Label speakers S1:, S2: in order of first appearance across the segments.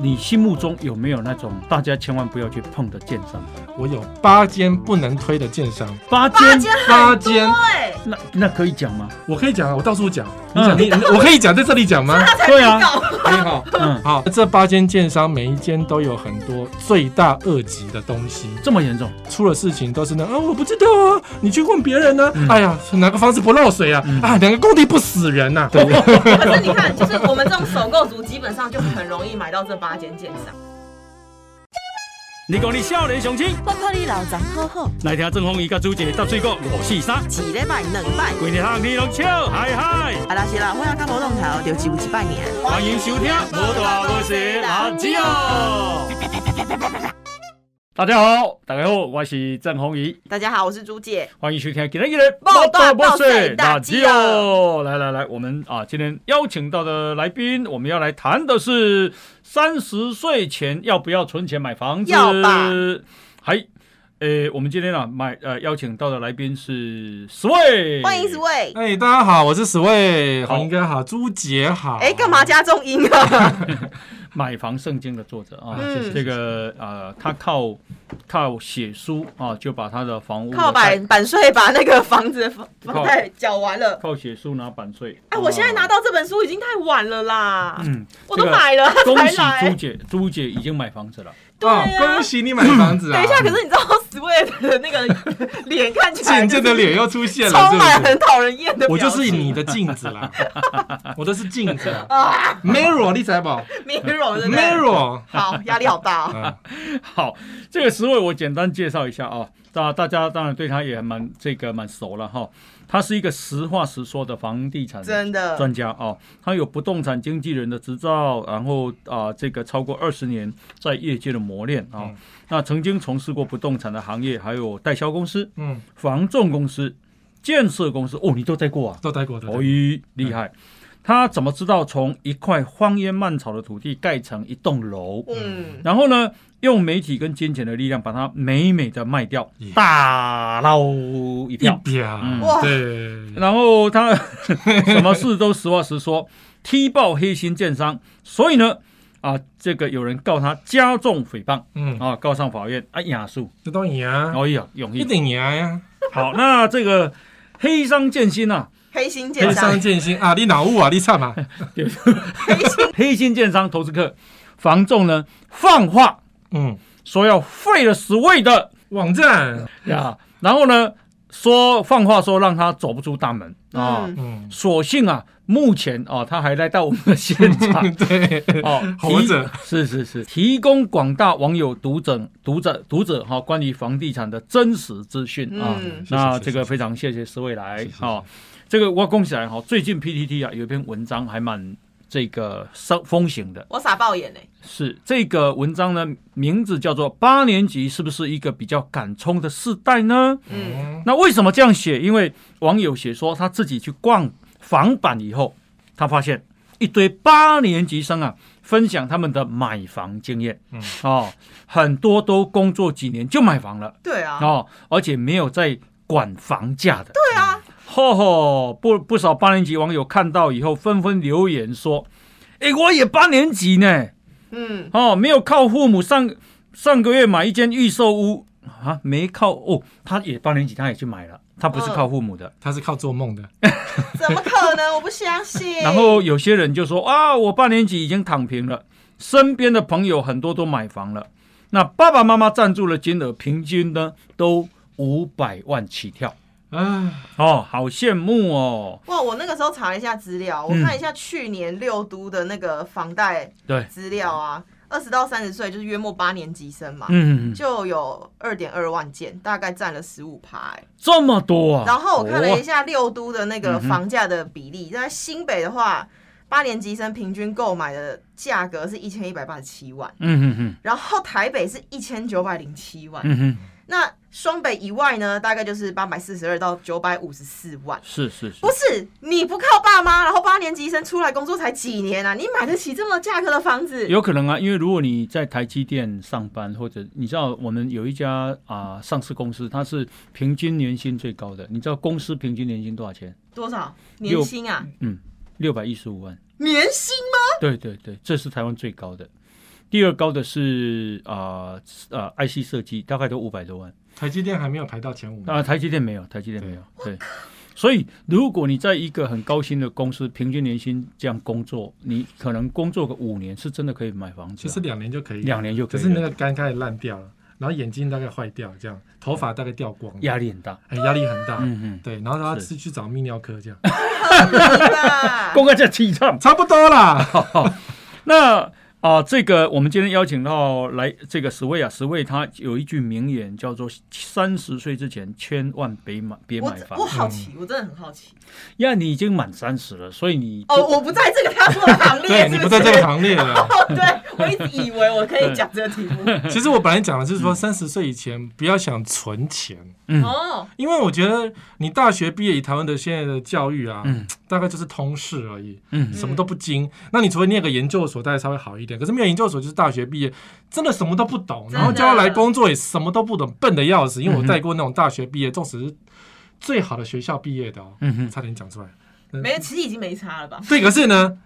S1: 你心目中有没有那种大家千万不要去碰的建商？
S2: 我有八间不能推的建商，
S1: 八
S3: 八
S1: 间，
S3: 间
S2: 八
S3: 很多
S2: 间
S3: 哎、
S1: 那那可以讲吗？
S2: 我可以讲啊，我到处讲，你
S1: 嗯
S2: 讲你，你我可以讲在这里讲 吗？
S3: 他才
S1: 对啊
S3: 没搞
S2: 可以好，
S1: 嗯，
S2: 好，这八间建商每一间都有很多罪大恶极的东西，
S1: 这么严重？
S2: 出了事情都是那啊，我不知道啊，你去问别人呢、
S1: 嗯
S2: 哎呀，哪个房子不漏水啊？
S1: 嗯
S2: 啊，哪个工地不死人啊呐、对，
S3: 可是你看，就是我们这种首购族，基本上就很容易买到这八间建商。
S1: 你讲你少年雄心，
S4: 我看你老张好好，
S1: 来听郑红伊甲主持搭水果五四三，
S4: 一礼拜两拜，
S1: 规日项你拢笑嗨嗨，
S4: 啊啦是啦，我要甲无动头，就只有一拜年。
S1: 欢迎收听无大无小阿姊哦。大家好，大家好，我是郑红怡，
S3: 大家好，我是朱姐。
S1: 欢迎收听今天的《
S3: 报大报水
S1: 大
S3: 大
S1: 吉
S3: 吉
S1: 哦
S3: 哦》。
S1: 来来来，我们啊，今天邀请到的来宾，我们要来谈的是三十岁前要不要存钱买房子？
S3: 要吧
S1: 还，呃，我们今天啊，买呃邀请到的来宾是 Sway，
S3: 欢迎 Sway。
S2: 哎，大家好，我是史卫，
S1: 好
S2: 红哥好，朱杰好。
S3: 哎，干嘛？加重音啊？
S1: 买房圣经的作者啊，
S3: 嗯
S1: 这个呃，他靠靠写书啊，就把他的房屋的
S3: 靠
S1: 贷
S3: 版版税把那个房子的房
S1: 靠
S3: 房贷缴完了。
S1: 靠写书拿版税。
S3: 哎，我现在拿
S1: 到，
S3: 到这本书已经太晚了啦，
S1: 嗯，
S3: 我都
S1: 这个
S3: 买了
S1: 恭
S3: 才
S1: 喜哦朱
S3: 来。
S1: 姐，朱姐已经买房子了。
S3: 对啊
S2: 恭喜你买房子啊！
S3: 等一下，可是你知道 Sway 的那个脸看起来
S2: 渐渐的脸又出现了，是
S3: 充
S2: 不
S3: 满
S2: 是？
S3: 很讨人厌的表情，
S2: 我就是你的镜子 啦，我都是镜子啊
S3: 啊
S2: ，mirror 丽彩宝
S3: mirror 对不对
S2: ，mirror
S3: 好，压力好大 哦。
S2: 啊，
S1: 好，这个十位我简单介绍一下啊，大大家当然对他也蛮这个蛮熟了哈。他是一个实话实说的房地产
S3: 真的
S1: 专家啊，他有不动产经纪人的执照，然后啊、这个超过二十年在业界的磨练啊。
S2: 嗯
S1: 那曾经从事过不动产的行业，还有代销公司、
S2: 嗯，
S1: 房仲公司、建设公司，哦，你都在过啊？
S2: 都待过的，
S1: 哦咦，厉
S3: 嗯
S1: 害！他怎么知道从一块荒烟蔓草的土地盖成一栋楼？
S3: 嗯，
S1: 然后呢，用媒体跟金钱的力量把它美美的卖掉
S2: Yeah，
S1: 大捞一
S2: 一
S1: 票。
S2: 表
S1: 嗯，
S3: 哇
S2: 对，
S1: 然后他什么事都实话实说， 踢爆黑心建商。所以呢，啊，这个有人告他加重诽谤
S2: 嗯，
S1: 啊，告上法院啊，亚诉，
S2: 这都赢啊，
S1: 哦呀，容
S2: 一啊
S1: 易。
S2: 定赢呀，
S1: 好，那这个黑商建新啊，
S3: 黑心
S2: 黑
S3: 建商
S2: 商，见心啊，你脑雾啊，你惨啊，
S1: 黑心建商投资客房仲呢放话
S2: 嗯，
S1: 说要废了十位的
S2: 网站，
S1: 呀，然后呢说放话说让他走不出大门啊。
S3: 嗯，
S2: 嗯，
S1: 所幸啊，目前啊，他还来到我们的现 场
S2: 对，
S1: 哦，提
S2: 活着
S1: 是是是，提供广大网友读者读者读者哈、关于房地产的真实资讯啊。
S3: 嗯
S1: 那
S2: 是是是
S1: 这个非常谢谢施未来
S2: 是是是
S1: 啊、这个我恭喜啊来哈、最近 PTT 啊有一篇文章还蛮这个风风行的，
S3: 我傻爆眼哎，
S1: 是这个文章呢名字叫做“八年级是不是一个比较敢冲的世代呢？”
S3: 嗯，
S2: 嗯，
S1: 那为什么这样写？因为网友写说他自己去逛房版以后，他发现一堆八年级生啊，分享他们的买房经验。
S2: 嗯
S1: 哦，很多都工作几年就买房了
S3: 对啊，
S1: 哦，而且没有在管房价的。嗯
S3: 对啊，
S1: 吼吼，不不少八年级网友看到以后纷纷留言说：“诶，我也八年级呢，
S3: 嗯，
S1: 哦，没有靠父母上上个月买一间预售屋啊，没靠哦，他也八年级，他也去买了，他不是靠父母
S3: 哦
S1: 的。
S2: 他是靠做梦的，
S3: 怎么可能？我不相 信。
S1: 然后有些人就说啊，我八年级已经躺平了，身边的朋友很多都买房了，那爸爸妈妈赞助的金额平均呢都五百万起跳
S2: 啊，
S1: 哦，好羡慕哦，
S3: 哇，我那个时候查了一下资料，我
S2: 嗯
S3: 看一下去年六都的那个房贷
S1: 对
S3: 资料啊，二十到三十岁就是约莫八年级生嘛。
S1: 嗯，
S3: 就有二点二万件，大概占了十五趴。欸
S1: 这么多
S2: 哦
S1: 啊，
S3: 然后我看了一
S1: 下，
S3: 下六都的那个
S1: 嗯哼
S3: 房价的比例，在新北的话，八年级生平均购买的价格是一千一百八十七万，
S1: 嗯嗯嗯
S3: 然后台北是一千九百零七万，
S1: 嗯哼，
S3: 那双北以外呢，大概就是八百四十二到九百五十四万。
S1: 是是是
S3: 不，是你不靠爸妈，然后八年级生出来工作才几年啊？你买得起这么价格的房子？
S1: 有可能啊，因为如果你在台积电上班，或者你知道我们有一家啊、上市公司，它是平均年薪最高的。你知道公司平均年薪多少钱？
S3: 多少
S1: 六
S3: 年薪啊？
S1: 六百一十五万。
S3: 年薪
S1: 对对对，这是台湾最高的。第二高的是啊呃 IC 设计，大概都五百多万。
S2: 台积电还没有排到前五名
S1: 啊，台积电没有，台积电没有，对。所以，如果你在一个很高薪的公司，平均年薪这样工作，你可能工作个五年，是真的可以买房子
S2: 其
S1: 啊、
S2: 实两年就可以，
S1: 两年就可
S2: 可
S1: 以
S2: 是那
S1: 了，
S2: 个肝开始烂掉了，然后眼睛大概坏掉，这样头发大概掉光了，
S1: 压力很大。
S2: 哎压力很大，
S1: 嗯
S2: 对，然后他
S1: 是
S2: 是去找泌尿科这样，
S1: 嗯，
S3: 吧
S1: 公开在提倡。
S2: 差不多 啦。
S1: 那啊、这个我们今天邀请到来这个史卫啊，史卫他有一句名言叫做“三十岁之前千万别买别
S3: 我
S1: 买房
S3: 我好
S2: 嗯
S3: 奇，我真的很好奇。”，
S1: 因为你已经满三十了，所以你
S3: 哦，我不在这个他 说的行列，
S2: 对你
S3: 是
S2: 不
S3: 不
S2: 在
S3: 是
S2: 这个行列了。
S3: 哦， 对我一直以为我可以讲这个题目。
S2: 其实我本来讲的是说，三十岁以前不要想存钱，
S1: 嗯
S3: 哦，
S2: 因为我觉得你大学毕业以台湾的现在的教育啊，
S1: 嗯
S2: 大概就是通识而已，
S1: 嗯
S2: 什么都不精。那你除非念个研究所，大概稍微好一点。可是没有研究所，就是大学毕业，真的什么都不懂，
S3: 真的
S2: 然后就要来工作，也什么都不懂，笨的要死。
S1: 嗯
S2: 因为我带过那种大学毕业，纵使是最好的学校毕业的哦，
S1: 嗯哼
S2: 差点讲出来。
S3: 没，其实已经没差了吧？
S2: 对，可是呢，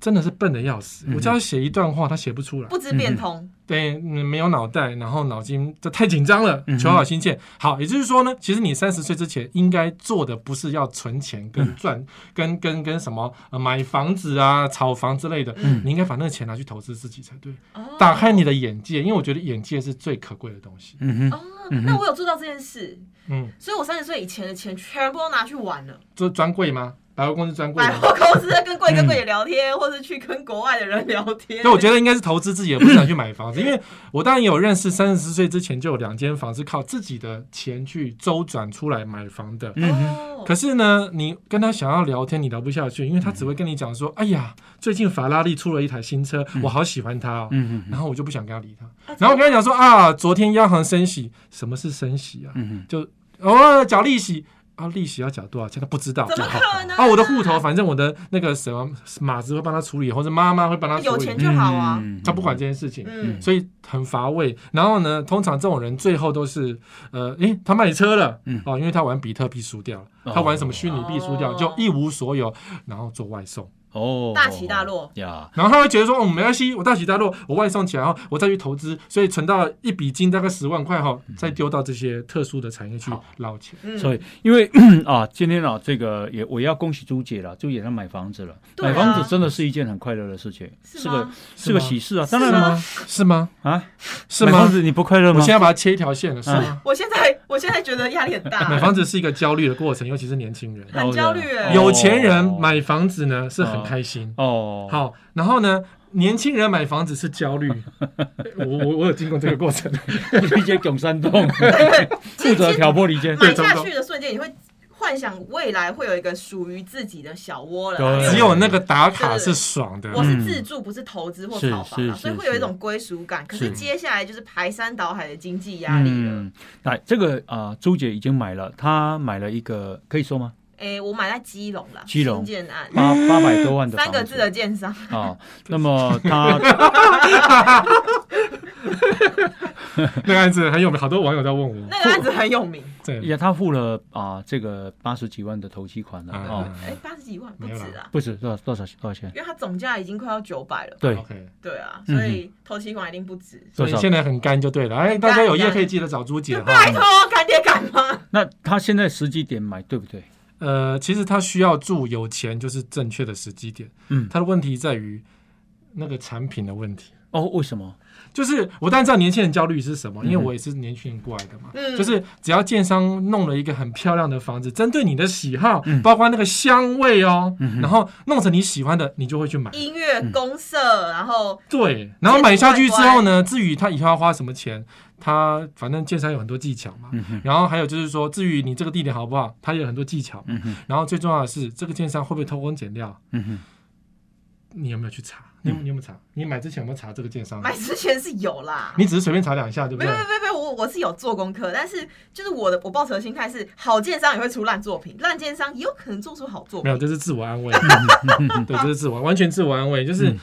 S2: 真的是笨的要死
S1: 嗯。哼
S2: 我叫他写一段话，他写不出来。
S3: 不知变通，
S2: 对，嗯没有脑袋，然后脑筋这太紧张了
S1: 嗯，哼
S2: 求好心切。好，也就是说呢，其实你三十岁之前应该做的不是要存钱
S1: 嗯
S2: 跟赚、跟跟跟什么、呃、买房子啊、炒房之类的，
S1: 嗯
S2: 你应该把那个钱拿去投资自己才对，
S3: 哦
S2: 打开你的眼界，因为我觉得眼界是最可贵的东西。
S1: 嗯哼，
S3: 哦
S1: 嗯哼。
S3: 那我有做到这件事，
S2: 嗯，
S3: 所以我三十岁以前的钱全部都拿去玩了，
S2: 这专柜吗？百货公司专柜
S3: 百
S2: 吗？
S3: 货公司跟柜跟柜姐聊天，或是去跟国外的人聊天。
S2: 所以我觉得应该是投资自己，也不是想去买房子。因为我当然也有认识三十岁之前就有两间房是靠自己的钱去周转出来买房的，
S1: 嗯哼
S3: 哦
S2: 可是呢，你跟他想要聊天，你聊不下去，因为他只会跟你讲说：“哎呀，
S3: 嗯
S2: 最近法拉利出了一台新车，我好喜欢它、哦。
S1: 嗯哼
S2: 然后我就不想跟他理他。
S3: 啊
S2: 然后我跟他讲说：“啊，昨天央行升息，什么是升息啊？
S1: 嗯哼，
S2: 哦，缴利息啊，利息要缴多少钱？他不知道。
S3: 怎么可能
S2: 啊，我的户头，反正我的那个什么马子会帮他处理，或者妈妈会帮他处
S3: 有
S2: 理，
S3: 钱就好啊
S1: 嗯
S2: 他不管这件事情。
S3: 嗯，
S2: 所以很乏味。然后呢，通常这种人最后都是，呃，诶，他卖车了，
S1: 嗯
S2: 哦，因为他玩比特币输掉了，
S1: 哦
S2: 他玩什么虚拟币输掉，
S3: 哦
S2: 就一无所有，然后做外送，
S1: 哦，
S3: 大起大落
S1: 呀，
S2: 然后他会觉得说，哦，没关系，我大起大落，我外送起来后，我再去投资，所以存到一笔金大概十万块后，再丢到这些特殊的产业去
S1: 嗯好
S2: 捞钱。
S3: 嗯
S1: 所以因为啊，今天啊，这个也我也要恭喜朱姐了，朱姐她买房子了，
S3: 对啊
S1: 买房子真的是一件很快乐的事情，
S3: 是
S1: 个
S3: 吗？
S1: 是个
S2: 是吗
S1: 喜事啊，
S3: 是
S1: 当然
S3: 吗
S1: 了
S2: 吗？是吗？
S1: 啊，
S2: 是
S1: 买房
S2: 吗？
S1: 子你不快乐
S2: 我
S1: 吗嗯
S2: 现？在把它切一条线了，是吗？
S3: 我现在我现在觉得压力很 大，
S2: 买房子是一个焦虑的过程，尤其是年轻人。
S1: 然后
S3: 很焦虑
S1: 呢
S3: 欸
S2: 有钱人买房子呢是很开心，
S1: 哦，
S2: 好，然后呢，年轻人买房子是焦虑，我我我有经过这个过程，
S1: 理解囧山 洞，负责挑拨离间，
S3: 买下去的瞬间，你会幻想未来会有一个属于自己的小窝了。
S1: 对
S3: 因为
S2: 只有那个打卡是爽的。
S3: 我是自住，不是投资或炒房
S1: 是
S3: 啊，
S1: 是
S3: 所以会有一种归属感。可是
S1: 是
S3: 接下来就是排山倒海的经济压力了。
S1: 嗯，来，这个啊，朱姐已经买了，她买了一个，可以说吗？
S3: 哎，我买在基隆啦，
S1: 基隆
S3: 新建案，
S1: 八八百多万的
S3: 嗯三个
S1: 房
S3: 字的建商，
S1: 啊，那么 她
S2: 那个案子很有名，好多网友在问我，
S3: 那个案子很有名，
S2: 对
S1: 也她付了啊这个八十几万的头期款了
S2: 啊
S1: 啊，
S3: 哎，八十几万不
S2: 没有
S3: 止
S2: 啦
S3: 啊，
S1: 不止多少多少多少钱？
S3: 因为它总价已经快要九百了。
S1: 对，
S2: ，OK，
S3: 对啊，
S1: 嗯
S3: 所以投期款一定不止。
S1: 多
S2: 所以
S1: 少？
S2: 现在很干就对了。哎，大家有业可以记得找朱姐哈
S3: 就拜。托，干爹干妈，
S1: 那他现在时机点买对不对？
S2: 呃，其实他需要住有钱就是正确的时机点，
S1: 嗯，
S2: 他的问题在于那个产品的问题。
S1: 哦，为什么？
S2: 就是我当然知道年轻人焦虑是什么，因为
S1: 嗯哼
S2: 我也是年轻人过来的嘛。
S3: 嗯
S2: 就是只要建商弄了一个很漂亮的房子，针对你的喜好，
S1: 嗯
S2: 包括那个香味哦，
S1: 嗯哼嗯
S2: 然后弄成你喜欢的，你就会去买。
S3: 音乐公社，然后
S2: 对，然后买下去之后呢，至于他以后要花什么钱，他反正建商有很多技巧嘛。
S1: 嗯哼，
S2: 然后还有就是说，至于你这个地点好不好，他也有很多技巧。
S1: 嗯哼，
S2: 然后最重要的是，这个建商会不会偷工减料？
S1: 嗯哼，
S2: 你有没有去查？你有你有没有查？你买之前有没有查这个建商？
S3: 嗯买之前是有啦。
S2: 你只是随便查两下，对不
S3: 没
S2: 对
S3: 有？没有没有没有，我我是有做功课，但是就是我的我抱持的心态是，好建商也会出烂作品，烂建商也有可能做出好作
S2: 没
S3: 品。
S2: 有，这是自我 安慰。
S1: 嗯哼，
S2: 对，这是自我，完全自我安慰，就是、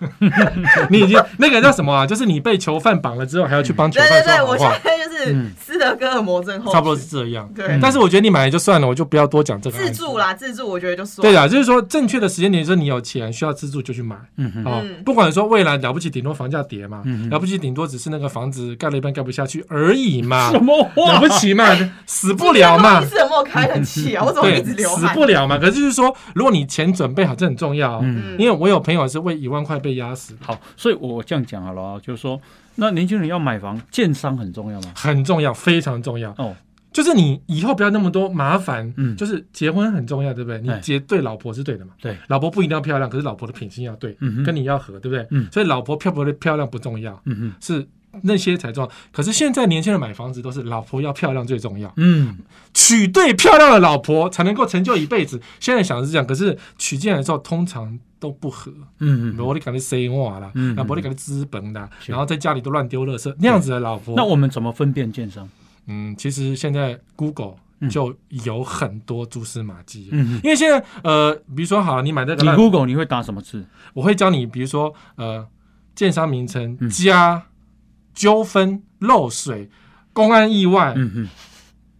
S1: 嗯
S2: 你已经那个叫什么啊？就是你被囚犯绑了之后，还要去帮囚
S3: 对
S2: 犯
S3: 对
S2: 说
S3: 对，
S2: 好
S3: 我
S2: 话
S3: 现。在就是
S1: 嗯
S3: 思德哥尔摩症候群
S2: 差不多是这样。
S3: 对，
S2: 但是我觉得你买了就算了，我就不要多讲这个。
S3: 自助。啦，自助我觉得就算
S2: 对啊的，就是说正确的时间点就是你有钱需要自住就去买
S1: 嗯哼，
S2: 哦
S3: 嗯，
S2: 不管说未来了不起顶多房价跌嘛
S1: 嗯嗯，
S2: 了不起顶多只是那个房子盖了一半盖不下去而已嘛
S1: 什，么
S2: 了
S1: 话？
S2: 不起嘛，
S1: 哎
S2: 死啊不了嘛嗯
S3: 你，是有没有开冷气啊？我怎么
S2: 对
S3: 一直，流
S2: 死
S3: 汗？
S2: 不了嘛。可是就是说，如果你钱准备好，这很重要哦，
S1: 嗯，
S3: 嗯
S2: 因为我有朋友是为一万块被压死的，
S1: 好，所以我这样讲好了啊，就是说，那年轻人要买房，建商很重要吗？
S2: 很重要，非常重要。
S1: 哦，
S2: 就是你以后不要那么多麻烦，
S1: 嗯
S2: 就是结婚很重要，对不对？你
S1: 哎
S2: 结对老婆是对的嘛，
S1: 对，
S2: 老婆不一定要漂亮，可是老婆的品性要对，
S1: 嗯哼，
S2: 跟
S1: 你，
S2: 你要合，对不对？
S1: 嗯
S2: 所以老婆漂不漂亮不重要，
S1: 嗯哼，
S2: 是那些才重要。可是现在年轻人买房子都是老婆要漂亮最重要，
S1: 嗯，
S2: 娶对漂亮的老婆才能够成就一辈子。现在想的是这样，可是娶进来的时候通常都不合，
S1: 嗯嗯，
S2: 我得给你 say 话啦
S1: 嗯，
S2: 那我得给你资本啦，
S1: 是
S2: 然后在家里都乱丢垃圾，那样子的老婆，
S1: 那我们怎么分辨建商？
S2: 嗯，其实现在 Google
S1: 嗯
S2: 就有很多蛛丝马迹。
S1: 嗯，
S2: 因为现在，呃，比如说好了，你买那个
S1: 你
S2: 烂，
S1: Google 你会打什么字？
S2: 我会教你，比如说，呃，建商名称
S1: 嗯、
S2: 加纠纷、漏水、公安意外，
S1: 嗯哼，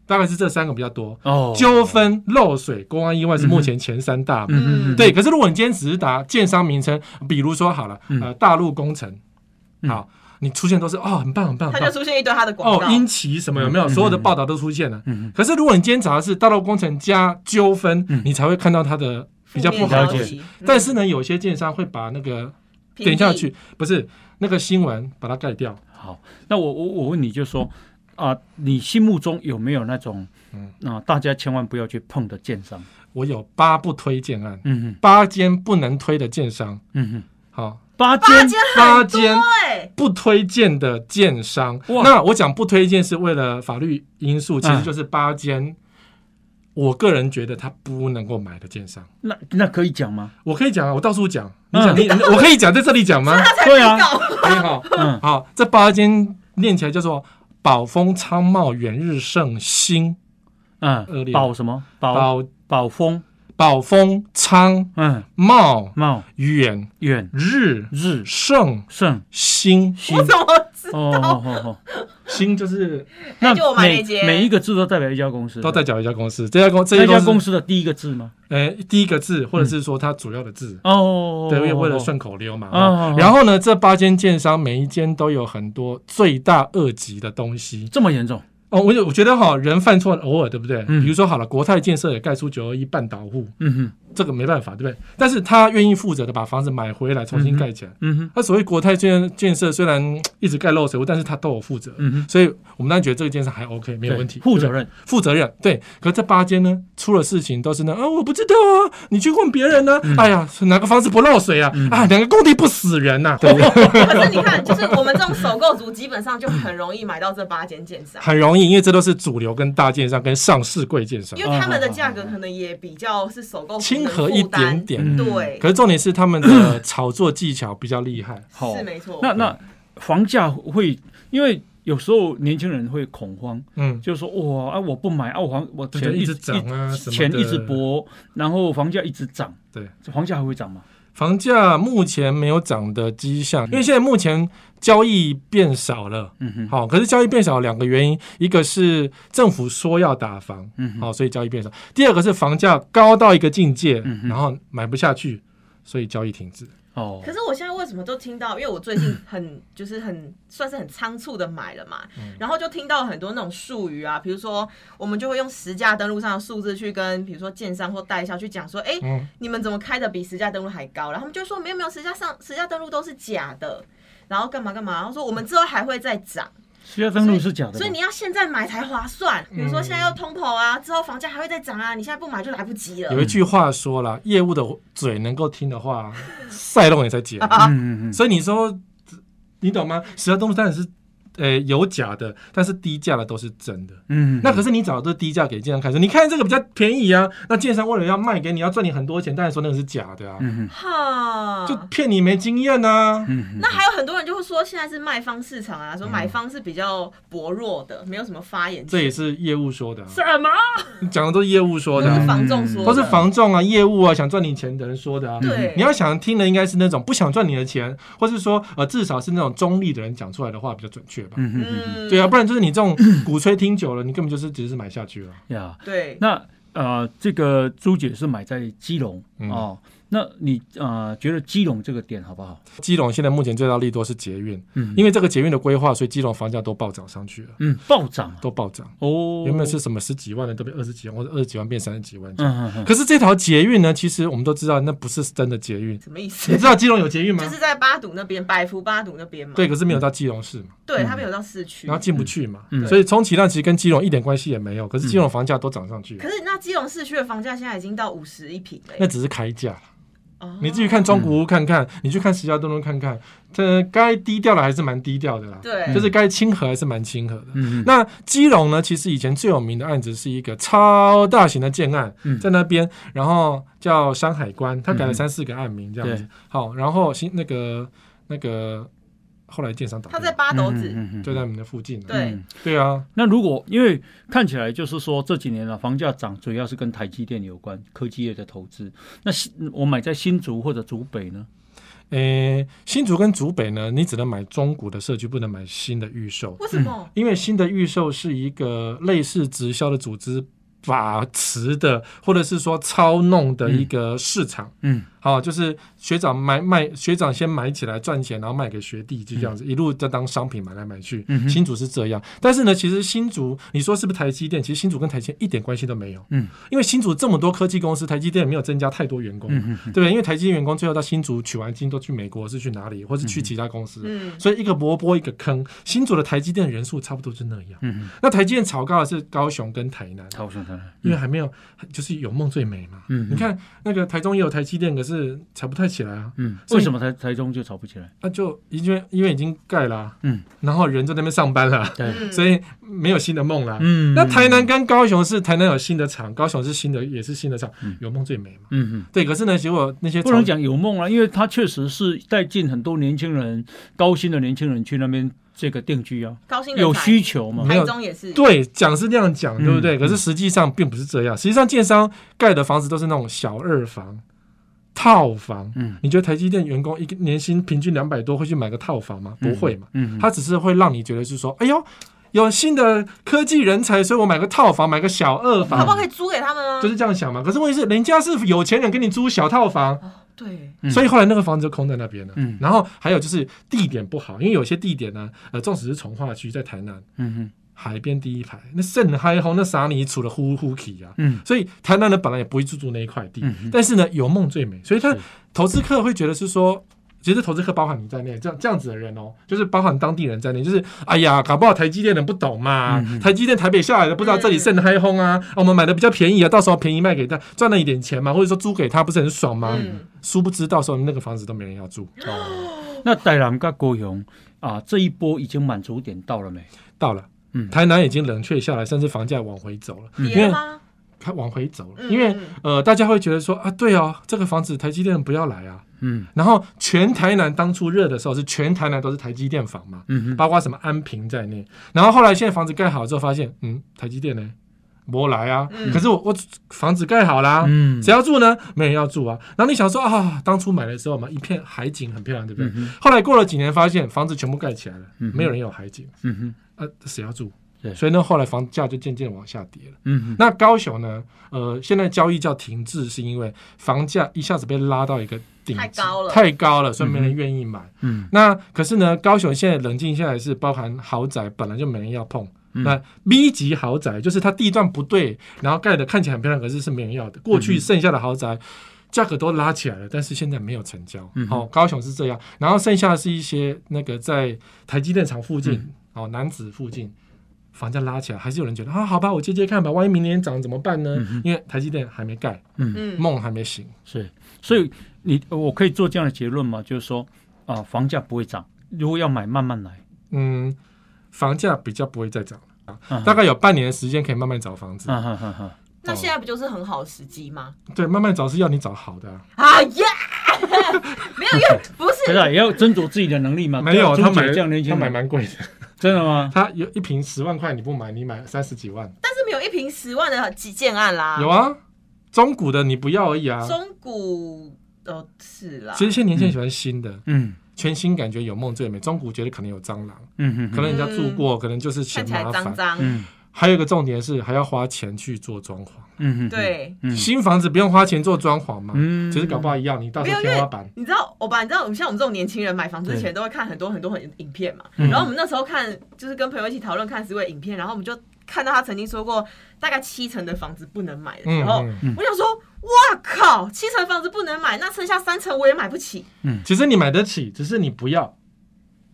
S2: 大概是这三个比较多。
S1: 哦，
S2: 纠纷、漏水、公安意外是目前前三大嘛。
S1: 嗯嗯，
S2: 对，可是如果你今天只是打建商名称，比如说好了，呃，大陆工程，
S1: 嗯
S2: 好，你出现都是哦，很棒，很棒，
S3: 他
S2: 很
S3: 就
S2: 棒。
S3: 出现一堆他的广
S2: 哦
S3: 告，，
S2: 英奇什么有没有？
S1: 嗯
S2: 所有的
S1: 嗯嗯
S2: 报道都出现了。
S1: 嗯
S2: 可是如果你今天找的是大陆工程加纠纷，
S1: 嗯
S2: 你才会看到它的比较不好
S1: 了
S2: 的
S1: 解
S2: 东西。但是呢，有些建商会把那个点
S3: 点
S2: 下，去，不是那个新闻把它盖掉。
S1: 哼，好，那我我我问你就说啊，你心目中有没有那种
S2: 嗯
S1: 啊，大家千万不要去碰的建商？
S2: 我有八不推荐案，
S1: 嗯哼，
S2: 八间不能推的建商，
S1: 嗯哼，
S2: 好，
S1: 八
S3: 嗯八
S1: 间，
S3: 间
S2: 八
S3: 很
S2: 间
S3: 多哎，
S2: 不推荐的建商。
S1: 哇
S2: 那我讲不推荐是为了法律因素，其实
S1: 嗯
S2: 就是八间，我个人觉得他不能够买的建商。
S1: 那那可以讲吗？
S2: 我可以讲啊，我到处讲，你
S1: 嗯
S2: 想你，你我可以讲在这里讲 吗？
S1: 对啊，
S2: 可以哈。
S1: 嗯
S2: 好，这八间念起来叫做宝丰昌茂远日盛兴恶
S1: 嗯，
S2: 劣
S1: 保什么保
S2: 宝
S1: 保丰？
S2: 宝丰昌
S1: 嗯，
S2: 茂
S1: 茂
S2: 远
S1: 远
S2: 日
S1: 日
S2: 盛
S1: 盛
S2: 兴，
S1: 新
S3: 我怎么 知
S1: 哦哦哦哦，
S2: 兴就是
S3: 那就我买
S1: 每
S3: 那间
S1: 每一个字都代表一家公司，
S2: 都代表一家公司，这家公这
S1: 那
S2: 家
S1: 家
S2: 公
S1: 公
S2: 司，
S1: 司的第一个字吗？
S2: 呃，第一个字或者是说它主要的字。
S1: 嗯哦，
S2: 对，为为了顺口溜嘛。
S1: 哦哦
S2: 哈
S1: 哦
S2: 然后呢，这八间建商每一间都有很多罪大恶极的东西。
S1: 这么严重，
S2: 哦，我有我觉得哈，人犯错偶尔，对不对？
S1: 嗯
S2: 比如说好了，国泰建设也盖出九二一半岛户，
S1: 嗯哼，
S2: 这个没办法，对不对？但是他愿意负责的把房子买回来重新盖起来。
S1: 嗯哼，
S2: 他所谓国泰建建设虽然嗯一直盖漏水，但是他都有负责，
S1: 嗯哼，
S2: 所以我们当然觉得这个建设还 OK，没有
S1: 对
S2: 问题，
S1: 负责
S2: 对
S1: 任，
S2: 负责任。对，可这八间呢，出了事情都是那啊，我不知道啊，你去问别人呢、
S1: 嗯
S2: 哎呀，哪个房子不漏水啊？
S1: 嗯
S2: 啊，哪个工地不死人啊呐、对，
S3: 可是你看，就是我们这种首购族，基本上就很容易买到这八间建 商，
S2: 很容易，因为这都是主流跟大建商跟上市贵建商
S3: 因。为他们
S1: 嗯
S3: 的价格可能也比较是首购族
S2: 亲
S3: 能
S2: 和一
S3: 负担
S2: 点
S1: 嗯
S2: 点，
S3: 对
S2: 可，是重点是他们的炒作技巧比较厉害。
S1: 好
S3: 是，没错。
S1: 那那房价会因为。有时候年轻人会恐慌，
S2: 嗯，
S1: 就说哇啊我不买啊我房我
S2: 对对
S1: 钱
S2: 一直涨啊什么的
S1: 钱一直搏，然后房价一直涨，
S2: 对，
S1: 这房价还会涨吗？
S2: 房价目前没有涨的迹象，因为现在目前交易变少了。
S1: 嗯哼，
S2: 好，可是交易变少两个原因，一个是政府说要打房，
S1: 嗯哼，
S2: 好，所以交易变少；第二个是房价高到一个境界
S1: 嗯，哼
S2: 然后买不下去，所以交易停止。
S1: 哦，
S3: 可是我现在为什么都听到？因为我最近很就是很算是很仓促的买了嘛，
S1: 嗯
S3: 然后就听到很多那种术语啊，比如说我们就会用实价登录上的数字去跟比如说建商或代销去讲说，哎、
S2: 嗯，
S3: 你们怎么开的比实价登录还高？然后他们就说没有没有，实价上实价登录都是假的，然后干嘛干嘛，然后说我们之后还会再涨，
S1: 实价登录是假
S2: 哦
S1: 的吧，
S3: 所以你要现在买才划算。
S2: 嗯
S3: 比如说现在要通膨啊，之后房价还会再涨啊，你现在不买就来不及了
S1: 嗯
S2: 有。一句话说了，业务的嘴能够听的话，赛弄也才解。
S1: 嗯嗯嗯，
S2: 所以你说，你懂吗？十二动物当然是，呃，有假的，但是低价的都是真的。
S1: 嗯，
S2: 那可是你找的都是低价给建商看，说你看这个比较便宜啊，那建商为了要卖给你，要赚你很多钱，当然说那个是假的啊，
S1: 嗯哼，
S3: 哈，
S2: 就骗你没经验呐、啊。
S1: 嗯哼，
S3: 那还有很多人就会说，现在是卖方市场
S2: 嗯
S3: 啊，说买方是比较薄弱的，没有什么发言
S2: 这也
S3: 权。
S2: 是业务说的啊、
S3: 什么？
S2: 你讲的都是业务说
S3: 都
S2: 的
S3: 是
S2: 啊、
S3: 房仲说的，
S2: 都是房仲啊、业务啊，想赚你钱的人说的啊。
S3: 对，
S2: 你要想听的应该是那种不想赚你的钱，或是说呃至少是那种中立的人讲出来的话比较准确吧。吧。
S1: 嗯哼哼
S3: 嗯，
S2: 对啊，不然就是你这种鼓吹听久了，你根本就是只是买下去了。
S1: 呀。
S3: 对，
S1: 那呃，这个朱姐是买在基隆
S2: 嗯
S1: 哦，那你呃觉得基隆这个点好不好？
S2: 基隆现在目前最大利多是捷运，
S1: 嗯
S2: 因为这个捷运的规划，所以基隆房价都暴涨上去了，
S1: 嗯，暴涨啊
S2: 都暴涨。
S1: 哦，
S2: 原本是什么十几万的都变二十几万，或者二十几万变三十几万这样。
S1: 嗯嗯嗯
S2: 可是这条捷运呢，其实我们都知道那不是真的捷运。
S3: 什么意思
S2: 你？知道基隆有捷运吗
S3: 就？是在巴堵那边，百福巴堵那边嘛。
S2: 对，可是没有到基隆市嘛，
S3: 对，它没有到市区
S2: 然。后进不去嘛
S1: 嗯，
S2: 所以充其量其实跟基隆一点关系也没有。可是基隆房价都涨上去了
S3: 可，是那基隆市区的房价现在已经到五十一平了
S2: 那
S3: 耶。
S2: 只是开价。
S3: 哦
S2: 你自己看中
S1: 嗯
S2: 古屋看看，你去看石家庄路看看，这该低调的还是蛮低调的啦。
S3: 对
S2: 就是该亲和还是蛮亲和的。
S1: 嗯
S2: 那基隆呢？其实以前最有名的案子是一个超大型的建案，
S1: 嗯
S2: 在那边，然后叫山海关，他改了
S1: 嗯
S2: 三四个案名这样子。
S1: 对
S2: 好，然后新那个那个后来建商打
S3: 它
S2: 掉
S3: 在八斗子，
S1: 嗯嗯
S2: 就在我们的附近、啊。
S3: 对
S1: 嗯
S2: 对啊，
S1: 那如果因为看起来就是说这几年啊，房价涨主要是跟台积电有关，科技业的投资。那新我买在新竹或者竹北呢？
S2: 诶、新竹跟竹北呢，你只能买中古的社区，不能买新的预售。
S3: 为什么？
S2: 因为新的预售是一个类似直销的组织把持的，或者是说操弄的一个市场。
S1: 嗯，
S2: 好、就是学长买卖，学长先买起来赚钱，然后卖给学弟，就这样子、一路在当商品买来买去。
S1: 嗯嗯哼
S2: 新竹是这样，但是呢，其实新竹你说是不是台积电？其实新竹跟台积电一点关系都没有。
S1: 嗯，
S2: 因为新竹这么多科技公司，台积电没有增加太多员工，
S1: 嗯
S2: 对不对？因为台积电员工最后到新竹取完经都去美国，是去哪里，或是去其他公司。
S3: 嗯，
S2: 所以一个萝卜一个坑，新竹的台积电人数差不多就那样。
S1: 嗯，
S2: 那台积电炒高的是高雄跟台南，
S1: 超顺的，
S2: 因为还没有，就是有梦最美嘛。
S1: 嗯
S2: 你看那个台中也有台积电，可是炒不太起来啊。
S1: 嗯，
S2: 所以
S1: 为什么台台中就炒不起来？
S2: 那、就因为因为已经盖了、啊
S1: 嗯，
S2: 然后人在那边上班了、啊
S1: 对，
S3: 嗯
S2: 所以没有新的梦啦。
S1: 嗯，
S2: 那台南跟高雄是台南有新的厂，高雄是新的也是新的厂，
S1: 嗯
S2: 有梦最美嘛。
S1: 嗯嗯。
S2: 对，可是呢，结果那些
S1: 不能
S2: 炒
S1: 讲有梦了，因为它确实是带进很多年轻人、高薪的年轻人去那边这个定居啊，
S3: 高薪人
S1: 有
S3: 才
S1: 需求嘛。
S2: 没有
S3: 台中也是。
S2: 对，讲是这样讲，对不对？
S1: 嗯
S2: 可是实际上并不是这样。实际上，建商盖的房子都是那种小二房、套房。
S1: 嗯
S2: 你觉得台积电员工一个年薪平均两百多会去买个套房吗？不会嘛，
S1: 嗯，
S2: 他只是会让你觉得是说，哎呦，有新的科技人才，所以我买个套房，买个小二
S3: 好
S1: 嗯
S3: 不好
S2: 房，
S3: 可以租给他们啊？
S2: 就是这样想嘛。可是问题是，人家是有钱人给你租小套房，
S3: 哦，对，
S1: 嗯
S2: 所以后来那个房子就空在那边了。
S1: 嗯
S2: 然后还有就是地点不好，因为有些地点呢，呃，纵使是从化区，在台南。
S1: 嗯
S2: 海边第一排，那甚嗨吼，那啥泥除了呼呼起啊。
S1: 嗯
S2: 所以台南人本来也不会去住那一块地，
S1: 嗯嗯
S2: 但是呢，有梦最美，所以他
S1: 是
S2: 投资客会觉得是说。其实投资客包含你在内，这样这样子的人哦，就是包含当地人在内，就是哎呀，搞不好台积电人不懂嘛，
S1: 嗯嗯嗯
S2: 台积电台北下来的不知道这里甚嗨轰啊，啊我们买的比较便宜啊，到时候便宜卖给他，赚了一点钱嘛，或者说租给他，不是很爽吗？
S3: 嗯
S2: 殊不知到时候那个房子都没人要住，
S1: 哼，那台南跟高雄啊，这一波已经满足点到了没？
S2: 到了，
S1: 嗯
S2: 台南已经冷却下来，甚至房价往回走了，因
S3: 别
S2: 为
S3: 了吗？
S2: 它往回走了，
S3: 嗯
S2: 嗯因为
S3: 嗯
S2: 呃，大家会觉得说啊，对哦，这个房子台积电不要来啊。
S1: 嗯
S2: 然后全台南当初热的时候是全台南都是台积电房嘛，
S1: 嗯哼，
S2: 包括什么安平在内。然后后来现在房子盖好之后，发现嗯，台积电呢，没来啊。
S3: 嗯
S2: 可是我我房子盖好啦，
S1: 嗯
S2: 谁要住呢？没人要住啊。然后你想说啊，当初买的时候嘛，一片海景很漂亮，对不对？
S1: 嗯
S2: 后来过了几年，发现房子全部盖起来了，
S1: 嗯哼
S2: 没有人有海景，
S1: 嗯哼，
S2: 啊，谁要住
S1: 对？
S2: 所以呢，后来房价就渐渐往下跌了。
S1: 嗯哼，
S2: 那高雄呢？呃，现在交易叫停滞，是因为房价一下子被拉到一个顶
S3: 太
S2: 值
S3: 高了
S2: 太高了，所以没人愿意买。
S1: 嗯
S2: 那可是呢，高雄现在冷静下来是包含豪宅本来就没人要碰。
S1: 嗯
S2: 那 B 级豪宅就是它地段不对，然后盖的看起来很漂亮，可是是没人要的。过去剩下的豪宅价格都拉起来了，但是现在没有成交。
S1: 嗯哼
S2: 哦，高雄是这样，然后剩下的是一些那个在台积电厂附近，
S1: 嗯
S2: 哦，南子附近。房价拉起来，还是有人觉得啊，好吧，我接接看吧，万一明年涨怎么办呢？
S1: 嗯哼
S2: 因为台积电还没盖，
S1: 嗯，
S3: 嗯，
S2: 梦还没醒。
S1: 是，所以你我可以做这样的结论吗？就是说啊，房价不会涨，如果要买，慢慢来。
S2: 嗯，房价比较不会再涨了，
S1: 嗯
S2: 大概有半年的时间可以慢慢找房子。
S1: 啊哈哈哈，
S3: 那现在不就是很好的时机吗？
S2: 对，慢慢找是要你找好的啊、
S3: 啊呀， 没有，因为不
S1: 可
S3: 是
S1: 是也要斟酌自己的能力嘛。
S2: 没有，
S1: 朱
S2: 他
S1: 姐
S2: 买
S1: 啊这样年轻
S2: 他
S1: 人
S2: 买蛮贵的，
S1: 真的吗？
S2: 他有一瓶十万块你不买，你买三十几万，
S3: 但是没有一瓶十万的几件案啦。
S2: 有啊，中古的你不要而已啊。
S3: 中古哦是啦，
S2: 其实现在年轻人喜欢新的，
S1: 嗯
S2: 全新感觉有梦最美，中古觉得可能有蟑螂，
S1: 嗯哼
S2: 可
S1: 哼，
S2: 能人家住过，可能就是
S3: 嗯看
S2: 嫌
S3: 起来
S2: 麻
S3: 脏
S2: 烦。
S3: 脏，
S1: 嗯
S2: 还有一个重点是还要花钱去做装潢，
S1: 嗯哼，
S3: 对。
S1: 嗯
S2: 新房子不用花钱做装潢嘛，
S1: 嗯
S2: 其实搞不好一样，你到时候
S3: 没有因为
S2: 天花板。
S3: 你知道，我吧，你知道，我们像我们这种年轻人买房之前都会看很多很多很影片嘛。
S2: 嗯
S3: 然后我们那时候看，就是跟朋友一起讨论看思维影片，然后我们就看到他曾经说过，大概七成的房子不能买的时候，
S2: 嗯，
S1: 嗯
S3: 我想说，哇靠，七成房子不能买，那剩下三成我也买不起。
S2: 其实你买得起，只是你不要，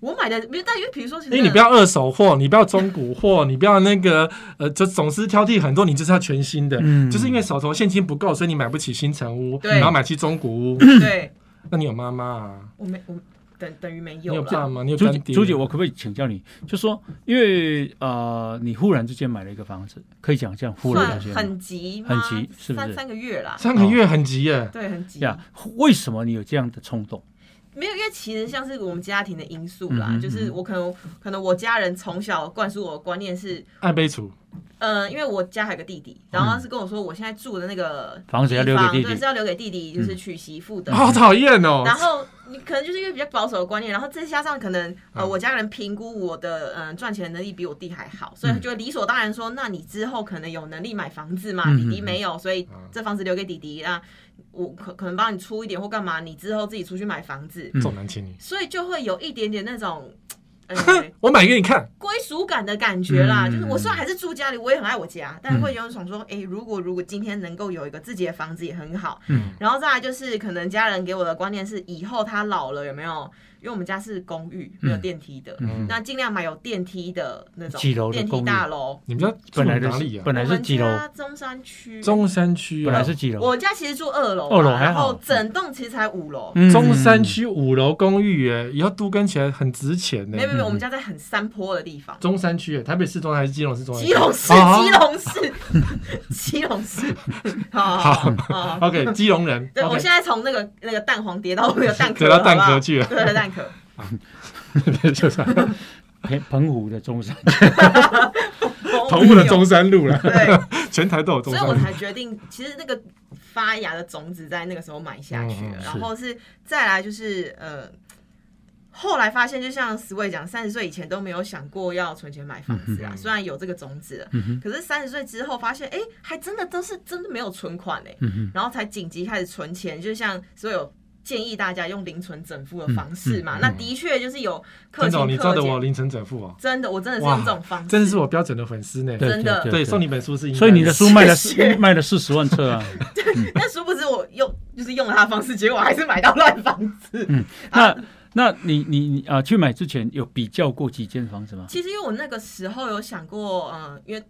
S3: 我买的，因为但因为比如说，
S1: 哎
S3: 因
S2: 因为哎你不要二手货，你不要中古货，你不要那个呃，就总是挑剔很多，你就是要全新的。
S1: 嗯
S2: 就是因为手头现金不够，所以你买不起新城屋，
S3: 对
S2: 然后买起中古屋。
S1: 嗯
S3: 对
S2: 那你有妈妈啊？
S3: 我没我等等于没
S2: 你
S3: 有
S2: 有
S3: 了
S2: 爸。妈？你有
S1: 朱
S2: 干
S1: 姐，
S2: 爹？
S1: 朱姐，我可不可以请教你？就说，因为呃，你忽然之间买了一个房子，可以讲这样忽然
S3: 算
S1: 之间吗
S3: 很急吗，
S1: 很急是不是
S3: 三三个月啦，
S1: 哦
S2: 三个月很急耶。
S3: 对，很急。
S1: 呀？为什么你有这样的冲动？
S3: 没有，因为其实像是我们家庭的因素啦，
S1: 嗯哼
S3: 就是我可能可能我家人从小灌输我的观念是，
S2: 爱杯厨，
S3: 呃，因为我家还有个弟弟，然后他是跟我说我现在住的那个
S1: 房嗯子要留给弟弟嗯
S3: 地方对，是要留给弟弟，就是娶媳妇的。
S2: 好讨厌哦
S3: 然。后你可能就是因为比较保守的观念，然后再加上可能
S1: 嗯
S3: 呃，我家人评估我的嗯、呃赚钱能力比我弟还好，所
S1: 嗯
S3: 以就会理所当然说，那你之后可能有能力买房子嘛？
S1: 嗯
S3: 弟弟没有，所以这房子留给弟弟，那我可可能帮你出一点或干嘛，你之后自己出去买房子，
S1: 嗯
S2: 重男轻女。
S3: 所以就会有一点点那种。 呃，
S2: 哼， 我买给你看。
S3: 归属感的感觉啦，
S1: 嗯
S3: 就是我虽然还是住家里，我也很爱我家，但会有种想说，哎、如果如果今天能够有一个自己的房子也很好，
S1: 嗯
S3: 然后再来就是，可能家人给我的观念是，以后他老了有没有？因为我们家是公寓，没有电梯的，
S1: 嗯，
S3: 那尽量买有电梯的那种
S1: 几楼的
S3: 电
S1: 公
S3: 梯
S1: 寓
S3: 大楼。
S2: 你们家住
S1: 本来
S2: 哪里
S1: 是
S2: 啊？
S1: 本来是几楼
S3: 我？们家中山区。
S2: 中山区啊。
S1: 本来是几楼？
S3: 我家其实住二楼嘛，
S1: 二楼还
S3: 然
S1: 好
S3: 后整栋其实才五楼。
S1: 嗯
S2: 中山，区五楼公寓，哎，以后都跟起来很值钱
S1: 嗯
S2: 呢
S3: 没。有没有没有，我们家在很山坡的地方。
S2: 中山区耶，台北市中还是基隆市中山区？
S3: 基隆市，
S2: 哦
S3: 基隆市， 基隆 市。好好
S2: 好
S3: 好，好
S2: ，OK，基隆人。
S3: 对，我
S2: OK，
S3: 现在从那个那个蛋黄跌到那个 蛋壳
S2: 得
S3: 了，
S2: 到蛋
S3: 好不好
S2: 壳去了
S3: 对，蛋壳。
S2: 就是
S1: 澎澎嗯湖的中山，
S2: 澎湖的中山路 了，
S3: 哦对。
S2: 全台都有中
S3: 所以
S2: 山
S3: 我
S2: 路。
S3: 才决定，其实那个发芽的种子在那个时候埋下去了，
S2: 嗯嗯
S3: 然后是再来就是呃，后来发现，就像 Sway 讲，三十岁以前都没有想过要存钱买房子啊，
S2: 嗯嗯
S3: 虽然有这个种子了，
S1: 嗯哼
S3: 可是三十岁之后发现，哎、还真的都是真的没有存款哎、
S1: 嗯哼，
S3: 然后才紧急开始存钱，就像所有。建议大家用零存整付的方式
S2: 嗯
S3: 嘛，
S2: 嗯嗯
S3: 那的确就是有
S2: 陈
S3: 克勤
S2: 总，哦你照
S3: 克
S2: 着我
S3: 俭，
S2: 凌晨整付哦，
S3: 真的，我真的是用这种方式，
S2: 真的是我标准的粉丝呢。
S1: 对
S3: 真的
S1: 对
S2: 对，
S1: 对，
S2: 送你本书是应该
S1: 所以你的书卖了
S3: 谢谢
S1: 卖了四十万册 啊。
S3: 但殊不知我用就是用了他的方式，结果还是买到烂房子。
S1: 嗯那那你你你啊，去买之前有比较过几间房子吗？
S3: 其实因为我那个时候有想过，嗯、因为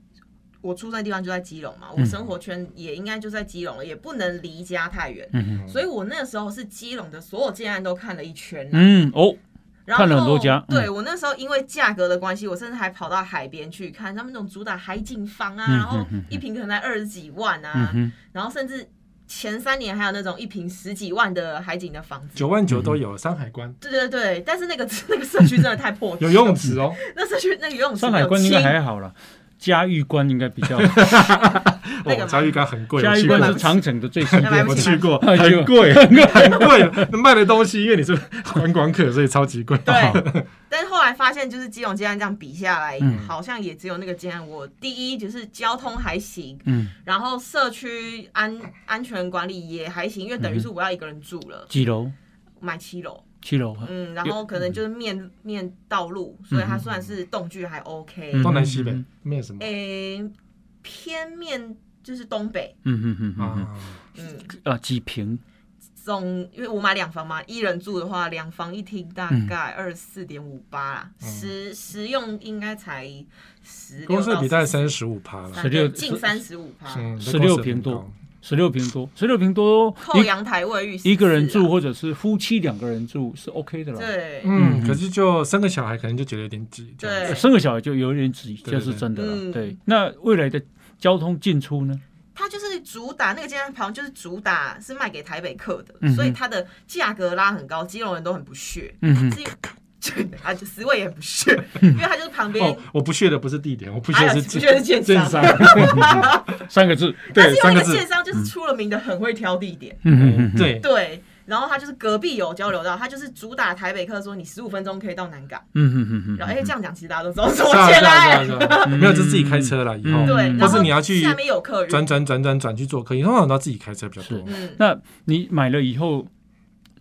S3: 我出生的地方就在基隆嘛，我
S1: 嗯
S3: 生活圈也应该就在基隆了，也不能离家太远。
S1: 嗯哼，
S3: 所以我那个时候是基隆的所有建案都看了一圈啊啦，
S1: 嗯哦，
S3: 然后
S1: 看了很多家嗯
S3: 对我那时候因为价格的关系，我甚至还跑到海边去看他们那种主打海景房啊，
S1: 嗯
S3: 然后
S1: 嗯嗯
S3: 一平可能才二十几万
S1: 嗯
S3: 啊，
S1: 哼，
S3: 然后甚至前三年还有那种一平十几万的海景的房子。
S2: 九万九都有，山海关
S3: 对对对，但是那个那个社区真的 太破，
S2: 有游泳，池哦，
S3: 那社区那个游泳池
S1: 山海关应该还好了。嘉峪关应该比 较，好。
S3: 那个
S2: 哦，
S3: 吗
S2: 嘉峪关很贵，
S1: 嘉
S2: 我
S1: 峪
S2: 去
S1: 关
S2: 过
S1: 是长城的最新
S3: 买
S1: 店
S3: 不
S2: 我
S3: 起
S2: 去过，
S1: 哎呦
S2: 很贵，很贵，卖的东西因为你是观光客，所以超级贵。
S3: 对，但是后来发现，就是基隆建案这样比下来，
S1: 嗯
S3: 好像也只有那个建案，我第一就是交通还行，
S1: 嗯，
S3: 然后社区安安全管理也还行，因为等
S1: 嗯
S3: 于是我要一个人住了，
S1: 几楼？
S3: 买七楼，
S1: 七楼啊，
S3: 嗯，然后可能就是面面道路，所以它算是动距还 OK，
S1: 嗯
S2: 东南西北
S1: 嗯
S2: 没有什
S3: 哎
S2: 么
S3: 诶、偏面就是东北，
S1: 嗯嗯嗯嗯
S2: 啊，
S3: 嗯，
S1: 嗯，啊，几平？
S3: 总因为我买两房嘛，一人住的话，两房一厅大
S1: 嗯
S3: 概二十四点五八啦，
S1: 哦
S2: 嗯
S3: 实实用应该才十
S2: 公
S3: 六
S2: 司
S3: 到
S2: 比在三十五趴了，
S1: 十六
S3: 近三十五趴，
S2: 嗯
S1: 16平多，十六平多，十六平多，
S3: 扣阳台卫浴
S1: 一一个人住
S3: 14啊，
S1: 或者是夫妻两个人住是 OK 的啦。
S3: 对，
S2: 嗯，
S1: 嗯
S2: 可是就生个小孩可能就觉得有点挤，这样子
S3: 对
S1: 生个小孩就有点挤，
S2: 对对
S1: 这
S2: 对
S1: 是真的
S3: 嗯
S1: 了。对，那未来的交通进出呢？
S3: 它就是主打那个健身房，就是主打是卖给台北客的，
S1: 嗯哼
S3: 所以它的价格拉很高，基隆人都很不屑，
S1: 嗯哼，
S3: 是因为 啊，就思维也很不 屑，因为它就是旁边
S2: 哦，我不屑的不是地点，我不屑
S3: 还有
S2: 是
S3: 不屑是建
S2: 建
S3: 商，
S2: 商，
S1: 三个字。
S3: 但
S2: 对
S1: 嗯
S3: 是因为
S2: 三
S3: 那
S2: 个
S3: 个
S2: 字嗯
S3: 建，商就是出了名的很会挑地点，
S1: 嗯嗯嗯，
S2: 对，
S3: 对，然后他就是隔壁有交流道，他就是主打台北客说你十五分钟可以到南港。
S1: 嗯哼哼哼，
S3: 然后哎，这样讲其实大家都知道怎
S2: 是啊
S3: 么
S2: 是
S3: 起
S2: 啊
S3: 来
S2: 是。啊是 啊，没有就自己开车了以后
S1: 嗯，
S3: 对，
S2: 或
S3: 然
S2: 是
S3: 后
S2: 你要去
S3: 下面有客
S2: 转
S3: 运，
S2: 转转转转去做客运，通常都自己开车比较多
S1: 是。
S3: 嗯，
S1: 那你买了以后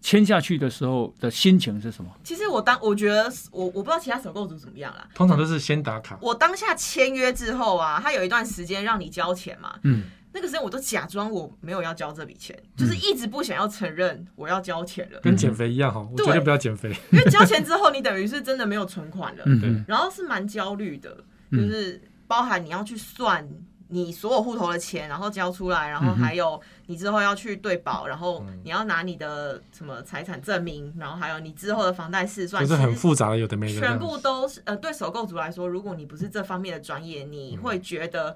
S1: 签下去的时候的心情是什么？
S3: 其实我当我觉得我我不知道其他首购族怎么样啦。
S2: 通常都是先打卡，
S3: 我当下签约之后啊，他有一段时间让你交钱嘛，
S1: 嗯，
S3: 那个时间我都假装我没有要交这笔钱，
S2: 嗯
S3: 就是一直不想要承认我要交钱了，
S2: 跟减肥一样哈，我
S3: 对
S2: 绝对不要减肥。
S3: 因为交钱之后你等于是真的没有存款了，
S1: 嗯
S2: 对
S1: 嗯
S3: 然后是蛮焦虑的，就
S1: 嗯
S3: 是包含你要去算你所有户头的钱，然后交出来，然后
S1: 嗯哼
S3: 还有你之后要去对保，然后
S2: 嗯
S3: 你要拿你的什么财产证明，然后还有你之后的房贷试算，
S2: 就是
S3: 其
S2: 很
S3: 实
S2: 复杂的，有的没的这
S3: 全
S2: 样。
S3: 部都是呃，对首购族来说，如果你不是这方面的专业，你
S2: 嗯
S3: 会觉得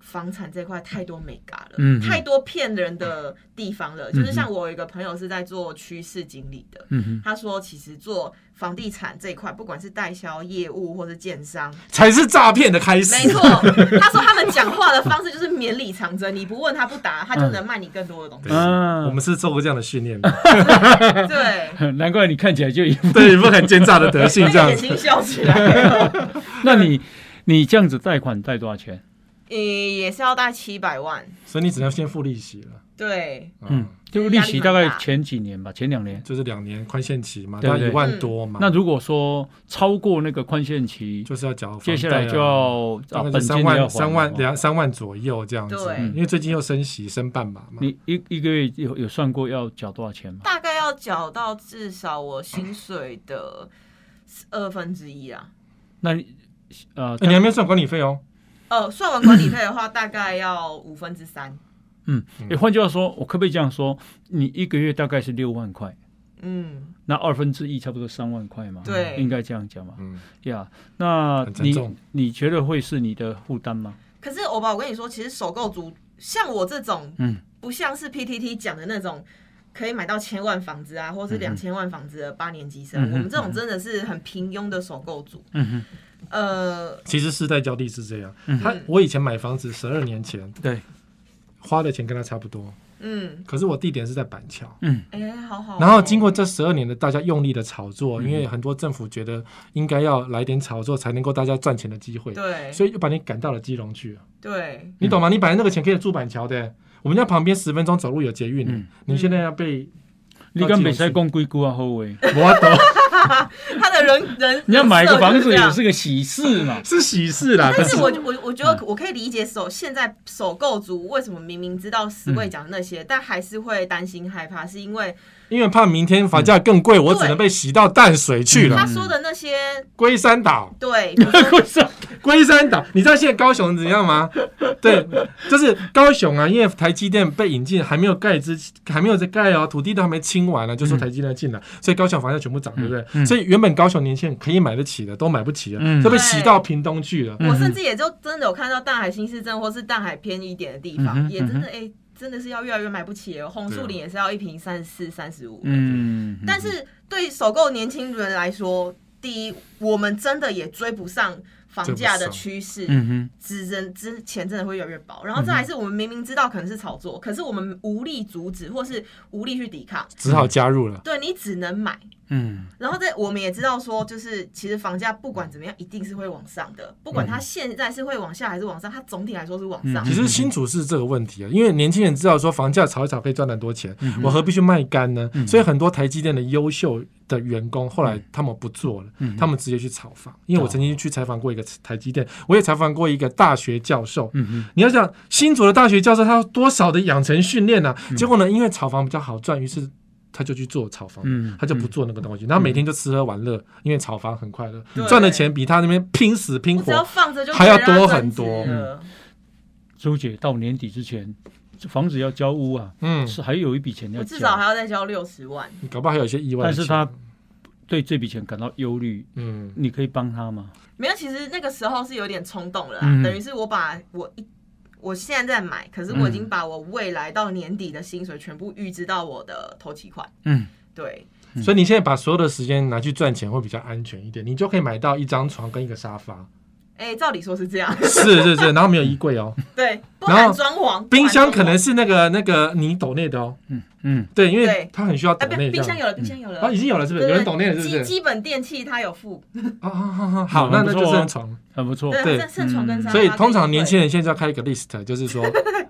S3: 房产这块太多美嘎了，
S1: 嗯嗯
S3: 太多骗人的地方了。
S1: 嗯
S3: 就是像我有一个朋友是在做趋势经理的，
S1: 嗯哼，
S3: 他说其实做房地产这一块，不管是代销业务或是建商，
S2: 才是诈骗的开始。
S3: 没错，他说他们讲话的方式就是绵里藏针，你不问他不答，
S2: 嗯
S3: 他就能卖你更多的东西。
S1: 啊
S2: 我们是受过这样的训 练的，
S3: 对，
S1: 难怪你看起来就一副。
S2: 对，一副很奸诈的德性
S3: 那
S2: 这
S3: 个
S2: 样
S3: 眼
S2: 子。
S3: 睛笑 起来，
S1: 那你你这样子贷款贷多少钱？
S3: 嗯也也是要贷七百万。
S2: 所以你只能先付利息了。
S3: 对，
S1: 嗯
S2: 嗯，，
S1: 就是利
S3: 压力
S1: 息
S3: 很
S1: 大概
S3: 大
S1: 前几年吧，前两年。
S2: 就是两年宽限期嘛，
S1: 对
S2: 大
S1: 不
S2: 概
S1: 对
S2: 一
S3: 嗯
S2: 万多嘛。
S1: 那如果说超过那个宽限期，
S2: 嗯就是要缴房贷啊，
S1: 接下来就要
S2: 大
S1: 啊
S2: 概
S1: 本
S2: 是
S1: 金
S2: 三
S1: 也要还
S2: 万、
S1: 哦
S2: 三万
S1: 了
S2: 两三万左右这样子嗯
S3: 对。
S2: 因为最近又升息，升半码嘛。哎
S1: 你一一个月有有算过要缴多少钱吗？
S3: 大概要缴到至少我薪水的二分之一啊。
S1: 那你呃，
S2: 哎你还没有算管理费哦。
S3: 呃，算完管理费的话，大概要五分之三。
S1: 嗯，也换句话说，我可不可以这样说？你一个月大概是六万块，
S3: 嗯，
S1: 那二分之一差不多三万块嘛，
S3: 对
S1: 应该这样讲嘛，
S2: 嗯，
S1: 呀、那
S2: 很沉
S1: 你
S2: 重
S1: 你觉得会是你的负担吗？
S3: 可是欧巴，我跟你说，其实首购族像我这种，
S1: 嗯，
S3: 不像是 PTT 讲的那种。可以买到千万房子啊，或是两千万房子的八年级生，
S1: 嗯哼
S3: 我们这种真的是很平庸的首购族。
S1: 嗯哼，
S3: 呃，
S2: 其实世代交替是这样。
S1: 嗯
S2: 他我以前买房子十二年前
S1: 对，
S2: 花的钱跟他差不多，
S3: 嗯，
S2: 可是我地点是在板桥。
S1: 嗯
S3: 哎、好好哦、
S2: 然后经过这十二年的大家用力的炒作，因
S1: 嗯
S2: 为很多政府觉得应该要来点炒作才能够大家赚钱的机会，
S3: 对
S2: 所以就把你赶到了基隆去了。
S3: 对，
S2: 你懂吗？你本来那个钱可以住板桥的，我们家旁边十分钟走路有捷运
S1: 嗯
S2: 的，你现在要被
S1: 你跟北塞公硅谷啊，后卫，
S2: 我懂，
S3: 他的人人
S1: 你要买一个房
S3: 人
S1: 子
S3: 设就这
S1: 也
S3: 样
S1: 是啊个喜事嘛，
S2: 是喜事啦。
S3: 但是
S2: 可
S3: 我我我觉
S1: 嗯
S3: 得我可以理解首现在首购族为什么明明知道十
S1: 嗯
S3: 位讲的那些，但还是会担心害怕，是因为
S2: 因为怕明天房价更贵，我
S3: 对
S2: 只能被洗到淡水去
S1: 啊
S3: 他
S1: 嗯
S2: 了。
S3: 说的那些
S2: 龟山岛，
S3: 对，比如说
S2: 龟山岛，你知道现在高雄怎样 吗？对，就是高雄啊，因为台积电被引进，还没有盖之，还没有在盖哦，土地都还没清完呢、就说台积电进来，所以高雄房价全部涨，对不
S1: 嗯
S2: 对？所以原本高雄年轻人可以买得起的，都买不起
S1: 嗯
S2: 了，都被洗到屏东去了。
S1: 嗯
S3: 我甚至也就真的有看到淡海新市镇或是淡海偏一点的地
S1: 嗯
S3: 方，
S1: 哼
S3: 也真的哎、真的是要越来越买不起了。红
S2: 啊
S3: 树林也是要一瓶三十四、三十五，
S1: 嗯，
S3: 但是对首购年轻人来说，第一，我们真的也追不上房价
S2: 追
S3: 的
S2: 不上
S3: 趋势，
S1: 嗯哼，
S3: 之人之钱真的会越来越薄，然后再来是我们明明知道可能是炒作，可是我们无力阻止或是无力去抵抗，
S2: 只好加入了。
S3: 对你只能买。
S1: 嗯
S3: 然后在我们也知道说，就是其实房价不管怎么样一定是会往上的，不管它现在是会往下还是往上，它总体来说是往上
S1: 嗯
S2: 嗯其。实新竹是这个问题啊，因为年轻人知道说房价炒一炒可以赚很多钱，
S1: 嗯
S2: 我何必去卖干呢？所以很多台积电的优秀的员工后
S1: 嗯
S2: 来他们不做了，他们直接去炒房。因为
S1: 哦
S2: 我曾经去采访过一个台积电，我也采访过一个大学教授。
S1: 嗯哼，
S2: 你要想新竹的大学教授，他有多少的养成训练呢？
S1: 嗯
S2: 结果呢，因为炒房比较好赚，于是。他就去做炒房
S1: 嗯，
S2: 他就不做那个东西，然后每天就吃喝玩乐，因为炒房很快乐
S3: 对，
S2: 赚的钱比他那边拼死拼
S3: 我只
S2: 活
S3: 要放着就
S2: 还要
S3: 可以让它
S2: 多很多嗯
S3: 增值了
S1: 周姐到年底之前，这房子要交屋啊，
S2: 嗯，
S1: 是还有一笔钱要
S3: 我
S1: 交
S3: 至，少还要再交六十万。
S2: 搞不好还有一些意外的
S1: 但
S2: 钱。
S1: 是他对这笔钱感到忧虑，
S2: 嗯，
S1: 你可以帮他吗？
S3: 没有，其实那个时候是有点冲动了啦，
S1: 嗯
S3: 等于是我把我一我现在在买，可是我
S2: 嗯
S3: 已经把我未来到年底的薪水全部预支到我的头期款。
S1: 嗯，
S3: 对，
S2: 所以你现在把所有的时间拿去赚钱会比较安全一点，你就可以买到一张床跟一个沙发，
S3: 哎，照理说是这样，
S2: 是是是，然后没有衣柜 哦，
S3: 对，不
S2: 然后
S3: 含装潢，不
S2: 冰
S3: 含
S2: 箱
S3: 装
S2: 可能
S3: 潢
S2: 是那个那个你抖内的哦，
S1: 嗯，
S2: 对，因为
S3: 对
S2: 它很需要
S3: 哎，
S2: 抖
S3: 不
S2: 内
S3: 是，
S2: 这
S3: 冰箱
S2: 样。
S3: 有了，冰箱有了
S2: 啊，已，经有了是不是？
S3: 对
S2: 有人
S3: 对
S2: 抖内了是
S3: 基
S2: 不是？
S3: 基本电器它有附，
S2: 啊啊啊啊！好，
S1: 嗯
S2: 那
S1: 很不
S2: 那就
S1: 错
S2: 是
S1: 哦
S2: 很床。
S1: 很不错。
S2: 对
S3: 对，剩剩床跟沙发
S2: 所以
S3: 跟
S2: 通常
S3: 衣柜
S2: 年轻人现在就要开一个 list，就是 说，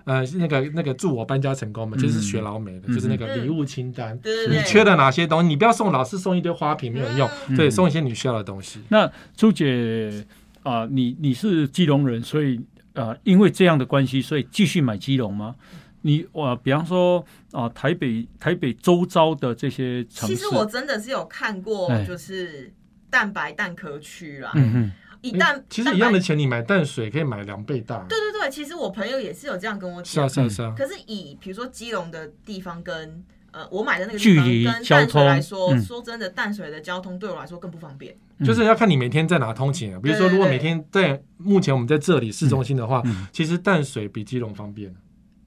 S2: 呃，那个那个祝我搬家成功嘛，就是学老美的，
S1: 嗯
S2: 就是那个
S3: 嗯
S2: 礼物清单，
S3: 对对
S2: 你
S3: 对，
S2: 缺了哪些东西，你不要送老是送一堆花瓶没有用，
S1: 嗯
S2: 对，送一些你需要的东西。
S1: 那朱姐啊、你你是基隆人，所以啊、因为这样的关系，所以继续买基隆吗？你我、比方说啊、台北台北周遭的这些城市，
S3: 其实我真的是有看过
S1: 哎，
S3: 就是蛋白蛋壳区啦，
S1: 嗯哼
S3: 一蛋
S2: 哎其实一样的
S3: 蛋白
S2: 钱，你买淡水可以买两倍大。
S3: 对对对，其实我朋友也是有这样跟我
S2: 是
S1: 嗯
S3: 讲
S2: 啊，，是啊，是啊。
S3: 可是以比如说基隆的地方跟呃我买的那个地方
S1: 距离
S3: 跟
S1: 交
S3: 淡水
S1: 通
S3: 来说，
S1: 嗯
S3: 说真的，淡水的交通对我来说更不方便。
S1: 嗯
S2: 就是要看你每天在哪通勤啊。比如说，如果
S3: 对对对
S2: 每天在目前我们在这里市中心的话
S1: 嗯，
S2: 其实淡水比基隆方便，啊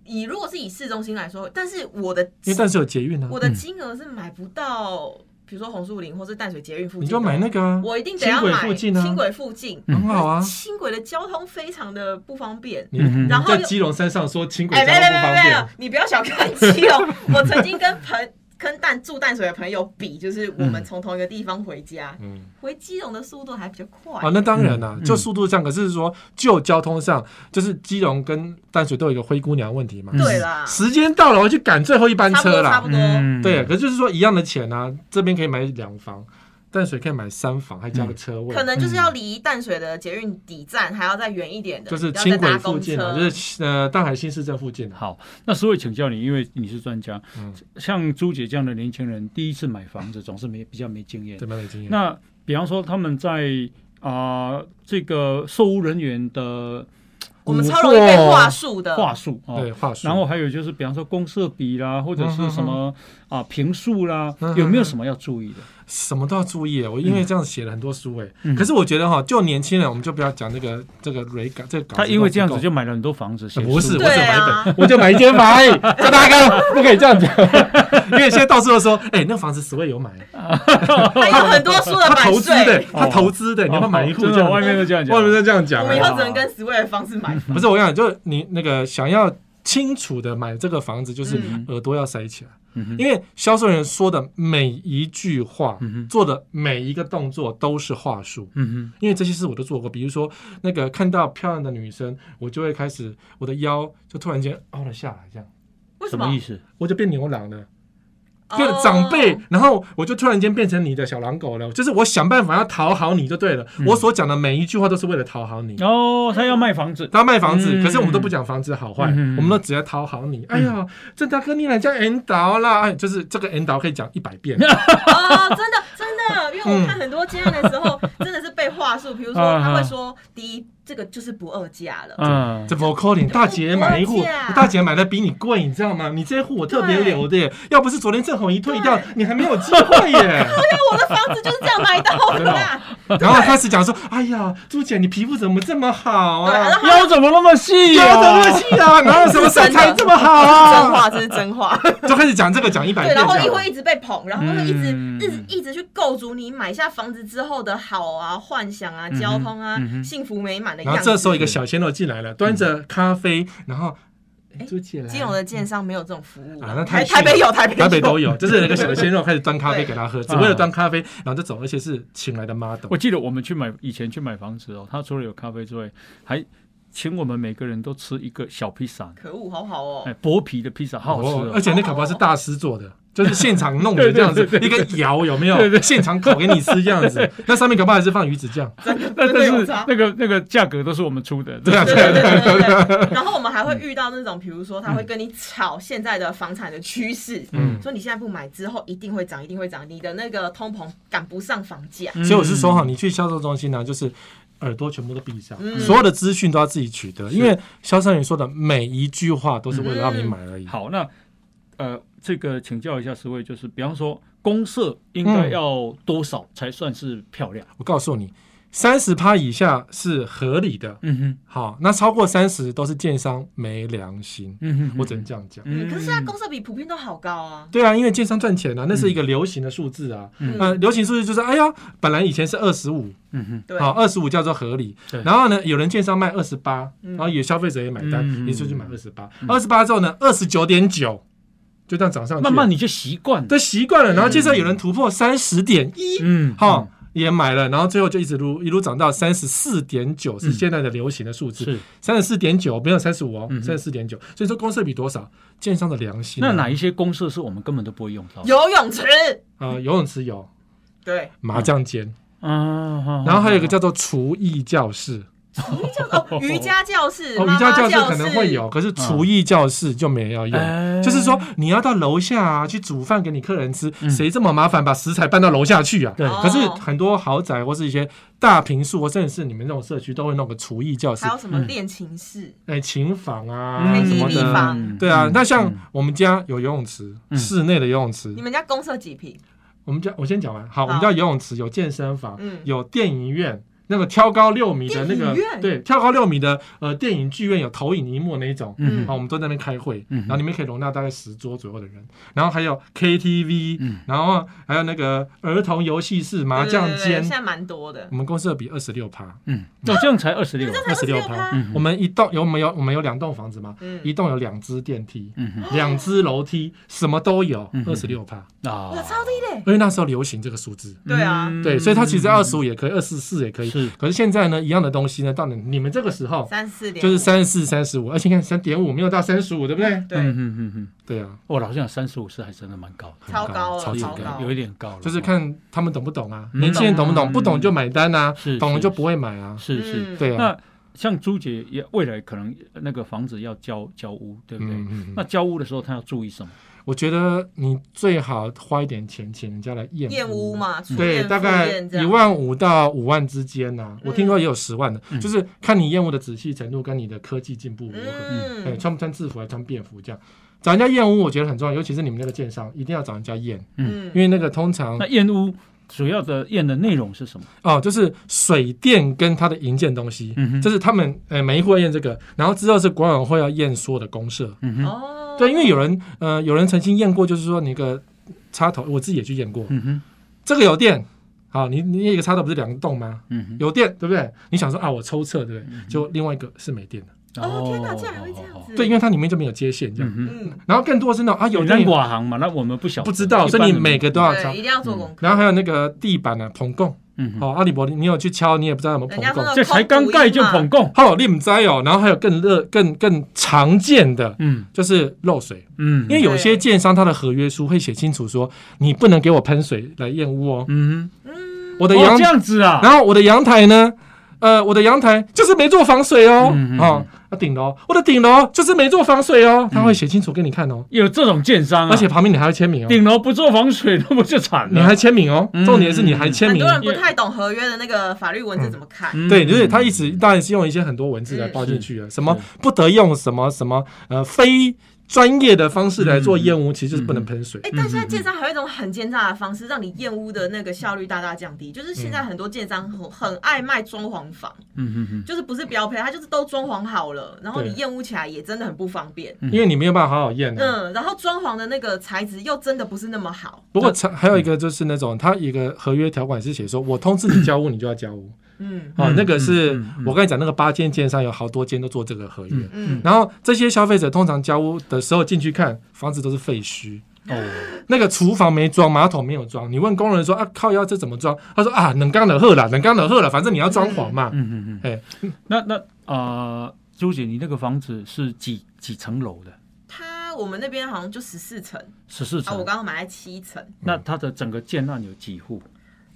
S3: 以如果是以市中心来说，但是我的
S2: 因为淡水有捷运啊
S3: 我，的金额是买不到，比如说红树林或是淡水捷运附
S2: 你
S3: 近，
S2: 就买那个啊，
S3: 我一定得要
S2: 轻轨
S3: 买
S2: 附近啊
S3: 轻轨附近，
S2: 很好啊。
S3: 轻轨的交通非常的不方便。
S2: 你
S1: 嗯
S2: 你
S3: 然后
S2: 在
S3: 又
S2: 基隆山上说轻轨
S3: 哎，
S2: 交
S3: 没
S2: 通
S3: 有
S2: 不
S3: 没有没有
S2: 方
S3: 没
S2: 便
S3: 有，，你不要小看基隆， 我曾经跟朋跟淡住淡水的朋友比，就是我们从同一个地方回家，
S2: 嗯。
S3: 回基隆的速度还比较快。
S2: 啊，那当然啦、
S1: 嗯
S2: 就速度上，可是说就交通上，就是基隆跟淡水都有一个灰姑娘问题嘛。
S1: 嗯
S3: 对啦，
S2: 时间到了，我去赶最后一班
S3: 差不
S2: 车
S3: 多差
S2: 啦
S3: 不。多。
S1: 嗯
S2: 对，啊可是就是说一样的钱啊，这边可以买两房，淡水可以买三房，还加
S1: 嗯
S2: 个车位。
S3: 可能就是要离淡水的捷运底站还要再远一点的，
S2: 就是
S3: 要再
S2: 轻
S3: 搭
S2: 轨
S3: 公
S2: 附近啊，
S3: 车
S2: 就是呃大海新市镇附近啊。
S1: 好，那所以请教你，因为你是专家，
S2: 嗯
S1: 像朱姐这样的年轻人，第一次买房子总是没比较没经验
S2: 对，。蛮有经验。
S1: 那比方说他们在啊、这个售屋人员的呃
S3: 我们超容易被话术的，
S1: 话术啊、哦
S2: 对话术，
S1: 然后还有就是，比方说公社比啦，或者是什么啊评述啦
S2: 嗯，
S1: 有没有什么要注意的？
S2: 什么都要注意。我因为这样写了很多书哎、
S1: 嗯
S2: 可是我觉得哈，就年轻人，我们就不要讲这个这个雷感这个稿子
S1: 他因为这样子
S2: 都不够
S1: 就买了很多房子，写
S2: 不是，
S1: 书
S2: 我只
S3: 对
S2: 买一
S3: 啊
S2: 本，我就买一间房 而已。这大哥不可以这样讲，因为现在到处都说，哎，那房子十位有买，
S3: 还有很多书的
S2: 他
S3: 版
S2: 投资的
S3: 税，，
S2: 他投资的，你要不要买一户
S1: 哦真
S2: 这
S1: 的哦
S2: 样？
S1: 外面都这样讲，
S2: 外面都这样讲啊
S3: 我们以，后只能跟 s w 的方式买。
S2: 不是我跟你讲，就是你那个想要清楚的买这个房子，就是
S3: 嗯
S2: 耳朵要塞起来，
S1: 嗯哼
S2: 因为销售人说的每一句话
S1: 嗯哼，
S2: 做的每一个动作都是话术。
S1: 嗯
S2: 因为这些事我都做过，比如说那个看到漂亮的女生，我就会开始我的腰就突然间凹了下来，这样
S3: 为
S1: 哼，
S3: 什
S1: 什
S3: 么
S1: 么 意？思？
S2: 我就变牛郎了。
S3: 哦
S2: 变长辈，然后我就突然间变成你的小狼狗了，就是我想办法要讨好你就对了。
S1: 嗯
S2: 我所讲的每一句话都是为了讨好你。
S1: 哦，他要卖房子，
S2: 他卖房子，
S1: 嗯
S2: 可是我们都不讲房子好坏，
S1: 嗯
S2: 我们都只要讨好你。哎呀，郑大哥，你来叫 N 导啦，哎，就是这个 N 导可以讲一百遍。
S3: 哦，真的真的，因为我看很多接案的时
S2: 嗯
S3: 候，真的是被话术，比如说他会说，第一，这个就是不二价了，
S1: 嗯，
S2: 这不扣你大姐买一 户，
S3: 我讲
S2: 我大姐买的比你贵，你知道吗？你这一户我特别留的耶，要不是昨天郑红一退掉
S3: 对，
S2: 你还没有机会耶。
S3: 啊我的房子就是这样买到的啦。
S2: 然后开始讲说，哎呀，朱姐，你皮肤怎么这么好
S3: 对，
S2: 啊
S3: 然？后
S1: 腰怎么那么细
S2: 有
S1: 啊？
S2: 的乐器啊，哪有什么身材这么好
S3: 真
S2: 啊？
S3: 话，这是 真话。
S2: 就开始讲这个讲一百
S3: 对，
S2: 遍
S3: 然后
S2: 这
S3: 一
S2: 样。
S3: 会一直被捧，然后会一直、
S1: 嗯
S3: 一直一直去构筑你买下房子之后的好啊、幻想啊、交通啊、
S1: 嗯哼
S3: 幸福美满的
S2: 然
S3: 样
S2: 后
S3: 子。
S2: 这时候一个小鲜肉进来了，端着咖啡，然后哎
S3: 哎
S2: 朱姐来
S3: 基隆的建商没有这种服务
S2: 啊那太
S3: 台
S2: 逊了
S3: 台北有，台北
S2: 台北 都有，就是那个小鲜肉开始端咖啡给他喝，只
S1: 对
S2: 为了端咖啡，然后就走，而且是请来的 model
S1: 我。记得我们去买以前去买房子哦，他除了有咖啡之外，还请我们每个人都吃一个小披萨，
S3: 可恶，好好哦
S1: 哎，，薄皮的披萨，好好吃
S2: 而
S1: 哦。
S2: 且那烤包是大师做的，就是现场弄的
S1: 对对
S2: 这样子，
S1: 对
S2: 一个窑有没
S1: 对
S2: 有？现场烤给你吃这样子，那上面烤包还是放鱼子酱，
S1: 那
S3: 真的
S1: 但
S3: 有
S1: 是
S3: 差。
S1: 那个那个价格都是我们出的，
S2: 对啊
S3: 对对对对对对，然后我们还会遇到那种，比如说他会跟你吵现在的房产的趋势，
S2: 嗯。
S3: 说你现在不买之后一定会涨，一定会涨，你的那个通膨赶不上房价。
S1: 嗯
S2: 所以我是说哈，你去销售中心呢、就是耳朵全部都闭上，
S3: 嗯
S2: 所有的资讯都要自己取得，因为销售员说的每一句话都是为了让你买而已。
S1: 嗯好，那呃，这个请教一下十位，就是比方说公社应该要多少才算是漂亮？
S2: 我告诉你，三十趴以下是合理的，
S1: 嗯哼，
S2: 好，那超过三十都是建商没良心，
S1: 嗯哼，
S2: 我只能这样讲。
S1: 嗯，
S3: 可是现在公社比普遍都好高啊。
S2: 对啊，因为建商赚钱啊，那是一个流行的数字啊。
S1: 嗯
S2: 呃，流行数字就是，哎呀，本来以前是二十五，啊
S1: 嗯哼，
S3: 对，
S2: 好，二十五叫做合理
S1: 对。
S2: 然后呢，有人建商卖二十八，
S3: 嗯
S2: 然后有消费者也买单，
S1: 嗯
S2: 也就是买二十八
S1: 嗯。
S2: 二十八之后呢，二十九点九，就这样涨上去，啊
S1: 慢慢你就习惯了，
S2: 都习惯了。然后接着有人突破三十点一，
S1: 嗯，
S2: 好、也买了，然后最后就一直撸一路涨到三十四点九，是现在的流行的数
S1: 嗯
S2: 字。
S1: 是。
S2: 三十四点九没有三十五哦，
S1: 嗯
S2: 三十四点九。所以说公社比多少？建商的良心啊、
S1: 那哪一些公社是我们根本都不会用到的？
S3: 游泳池，
S2: 呃游泳池有
S3: 对，
S2: 麻将间，
S1: 啊，好
S2: 然后还有一个叫做厨艺教室。
S3: 叫哦瑜伽教室，
S2: 哦，
S3: 妈
S2: 瑜
S3: 妈
S2: 伽教
S3: 室
S2: 室可能会有，，可是厨艺教室就没有用。
S1: 哎
S2: 就是说，你要到楼下啊去煮饭给你客人吃，
S1: 嗯
S2: 谁这么麻烦把食材搬到楼下去啊？
S1: 对
S3: 哦
S2: 可是很多豪宅或是一些大平数，或甚至是你们那种社区，都会弄个厨艺教室
S3: 还，有什么
S1: 嗯
S3: 练琴室，
S2: 哎，琴房啊
S1: 嗯
S2: 什么
S3: KTV
S2: 的。
S3: 房
S2: 对啊，那像
S1: 嗯
S2: 我们家有游泳池，
S1: 嗯
S2: 室内的游泳池
S3: 你。们家公社几平？
S2: 我们家我先讲完，好，
S3: 好
S2: 我们家游泳池有健身房
S3: 嗯，
S2: 有电影院。那个挑高六米的那个
S3: 电影，院
S2: 对，挑高六米的呃电影剧院有投影荧幕那一种，
S1: 嗯
S2: 好，我们都在那边开会，
S1: 嗯哼
S2: 然后里面可以容纳大概十桌左右的人，然后还有 KTV，、
S1: 嗯
S2: 然后还有那个儿童游戏室、麻将
S3: 对对对
S2: 间
S3: 现。在蛮多的
S2: 我，们公司的比二十六趴，
S1: 嗯，那这样才二十六，
S3: 这才
S2: 26
S3: 26
S2: 趴
S3: 趴，
S1: 嗯
S2: 我们一栋有我们有我们有两栋房子嘛，一
S3: 嗯，
S2: 栋有两只电梯，
S1: 嗯哼
S2: 两只楼梯，什么都有
S1: 嗯，哼
S2: 二十六趴。
S1: 啊
S3: 哇，超低嘞，
S2: 因为那时候流行这个数字，
S3: 对啊
S1: 嗯
S2: 对，所以它其实二十五也可以，二十四也可以。
S1: 是
S2: 可是现在呢，一样的东西呢，到你你们这个时候
S3: 三四点，
S2: 就是，三十四、三十五，而且你看三点五没有到三十五，对不对？
S1: 嗯
S3: 对，
S1: 嗯嗯嗯，
S2: 对啊，
S1: 我老实讲，三十五是还真的蛮高的，
S3: 超高了，
S2: 超
S3: 超
S2: 级
S1: 有一
S2: 高
S1: 点
S3: 高
S1: 有一，点高了，
S2: 就是看他们懂不懂啊，
S1: 嗯
S2: 年轻人懂不懂？
S1: 嗯
S2: 不懂就买单啊
S1: 是，
S2: 懂了
S1: 是
S2: 就不会买
S1: 哦
S2: 啊。
S1: 是是。
S3: 嗯，
S2: 对啊，
S1: 那像朱姐也未来可能呃那个房子要交交屋，对不对？
S2: 嗯嗯
S1: 那
S2: 嗯，
S1: 交屋的时候，她要注意什么？
S2: 我觉得你最好花一点钱请人家来验
S3: 燕屋。嘛，
S1: 嗯
S3: 初
S2: 嗯对，
S3: 验
S2: 大
S3: 复
S2: 概
S3: 验这
S2: 一
S3: 样嗯
S2: 万五到五万之间呐、我听过也有十万的，
S1: 嗯
S2: 就是看你验屋的仔细程度跟你的科技进步如何，哎，
S3: 嗯
S2: 穿不穿制服还穿便服这样，找人家验屋我觉得很重要，尤其是你们那个建商一定要找人家验，
S3: 嗯
S2: 因为那个通常
S1: 那验屋主要的验的内容是什么？
S2: 哦，就是水电跟它的营建东西，
S1: 嗯哼
S2: 这是他们呃每一户要验这个，然后之后是管委会要验所有的公社，
S1: 嗯哼，
S3: 哦，
S2: 对，因为有人呃有人曾经验过，就是说你一个插头，我自己也去验过，
S1: 嗯哼，
S2: 这个有电，好，你你一个插头不是两栋吗？
S1: 嗯哼。
S2: 有电，对不对？你想说啊，我抽测，对不对？就另外一个是没电的，
S3: 哦天哪，竟然还会这样子，
S2: 对，因为它里面就没有接线这样。
S1: 哦嗯哼，
S3: 嗯，
S2: 然后更多是那种啊有
S1: 有人
S2: 电，
S1: 寡行嘛？那我们不晓得
S2: 不知道，
S1: 一
S2: 所
S1: 般
S2: 以你
S1: 人
S2: 每个都要敲
S3: 对，一。定要做功课，
S2: 然后还有那个地板啊，捧供，
S1: 嗯哼
S2: 哦，阿里伯，你有去敲，你也不知道有没有
S3: 人
S2: 捧
S3: 家
S2: 供
S3: 说那。
S1: 这才刚盖就捧供，
S2: 好，你唔知哦。然后还有更热、更更常见的
S1: 嗯
S2: 就是漏水，
S1: 嗯，
S2: 因为有些建商他的合约书会写清楚说，你不能给我喷水来验屋哦。
S1: 嗯
S2: 我的
S1: 哼，哦
S2: 阳
S1: 这样子啊，
S2: 然后我的阳台呢，呃，我的阳台就是没做防水哦，
S1: 嗯嗯
S2: 哦，啊顶楼，我的顶楼就是没做防水哦，他会写清楚给你看哦，
S1: 有这种建商啊，
S2: 而且旁边你还要签名哦，
S1: 顶楼不做防水，那不就惨
S2: 你
S1: 了？
S2: 还签名哦，
S1: 嗯
S2: 重点是你还签
S3: 很
S2: 名哦
S3: 多。人不太懂合约的那个法律文字怎么看，
S1: 嗯
S2: 对，就是他一直当然是用一些很多文字来包进去啊，什么不得用什么什么呃非专业的方式来做验屋，其实就是
S1: 嗯
S2: 不能喷水
S3: 哎、。但现在建商还有一种很奸诈的方式，让你厌恶的那个效率大大降低。就是现
S2: 嗯
S3: 在很多建商很很爱卖装潢房，
S1: 嗯哼哼，
S3: 就是不是标配，它就是都装潢好了，然后
S2: 对
S3: 你厌恶起来也真的很不方便。
S1: 嗯
S2: 因为你没有办法好好验啊。
S3: 嗯，然后装潢的那个材质又真的不是那么好，
S1: 嗯
S2: 不过还有一个就是那种，他一个合约条款是写说，我通知你交屋，你就要交屋。
S3: 嗯
S2: 哦，
S1: 嗯
S2: 那个是、
S1: 嗯嗯
S2: 我刚才讲那个八间建商有好多间都做这个合约，
S1: 嗯
S3: 嗯，
S2: 然后这些消费者通常交屋的时候进去看，房子都是废墟。
S1: 哦，
S2: 那个厨房没装，马桶没有装。你问工人说啊，靠腰这怎么装？他说啊，能刚能喝啦，能刚能喝啦，反正你要装潢嘛。
S1: 嗯哼哼，
S2: 哎
S1: 那那啊，朱姐，你那个房子是几几层楼的？
S3: 它我们那边好像就十四层
S1: 十四
S3: 啊，我
S1: 层。
S3: 刚刚买在七层，
S1: 那它的整个建案有几户？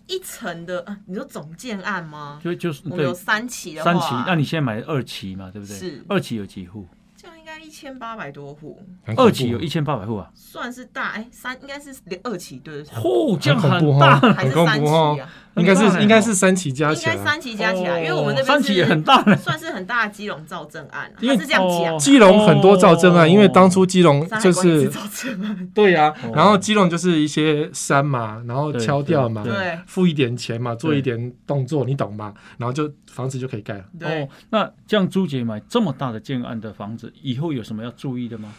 S3: 一层的啊，你说总建案吗？
S1: 就就是
S2: 嗯
S3: 我们有
S1: 对
S3: 三期的话，
S1: 三期，那你现在买二期嘛，对不对？
S3: 是
S1: 二期有几户？
S3: 这样应该一千八百多户，
S2: 很恐怖
S1: 二期有一千八百户啊，
S3: 算是大哎三应该是二期对对
S1: 嚯，这样
S2: 很恐怖
S1: 很
S2: 哦
S1: 大，
S3: 还是
S2: 很
S3: 三
S2: 恐怖
S3: 期
S2: 哦
S3: 啊？
S2: 应该
S1: 很大
S2: 是
S1: 嘞
S2: 应该是三期加
S3: 应
S2: 起
S3: 该
S2: 来，哦
S3: 三期加起来，因为我们那边
S1: 三期也
S3: 是
S1: 很大嘞，
S3: 算是很大的基隆造证案、啊，
S1: 因为
S3: 他是这样讲
S1: 哦，
S2: 基隆很多造证
S1: 哦
S2: 案，因为当初基隆
S3: 山海
S2: 就
S3: 关也
S2: 是
S3: 造证案，
S2: 对呀、
S1: 哦
S2: 然后基隆就是一些山嘛，然后
S1: 对
S2: 敲掉嘛
S1: 对，
S3: 对
S2: 付一点钱嘛，做一点动作，你懂吗？然后就房子就可以盖了。
S3: 对
S1: 哦，，那这样朱姐买这么大的建案的房子，以后有什么要注意的吗？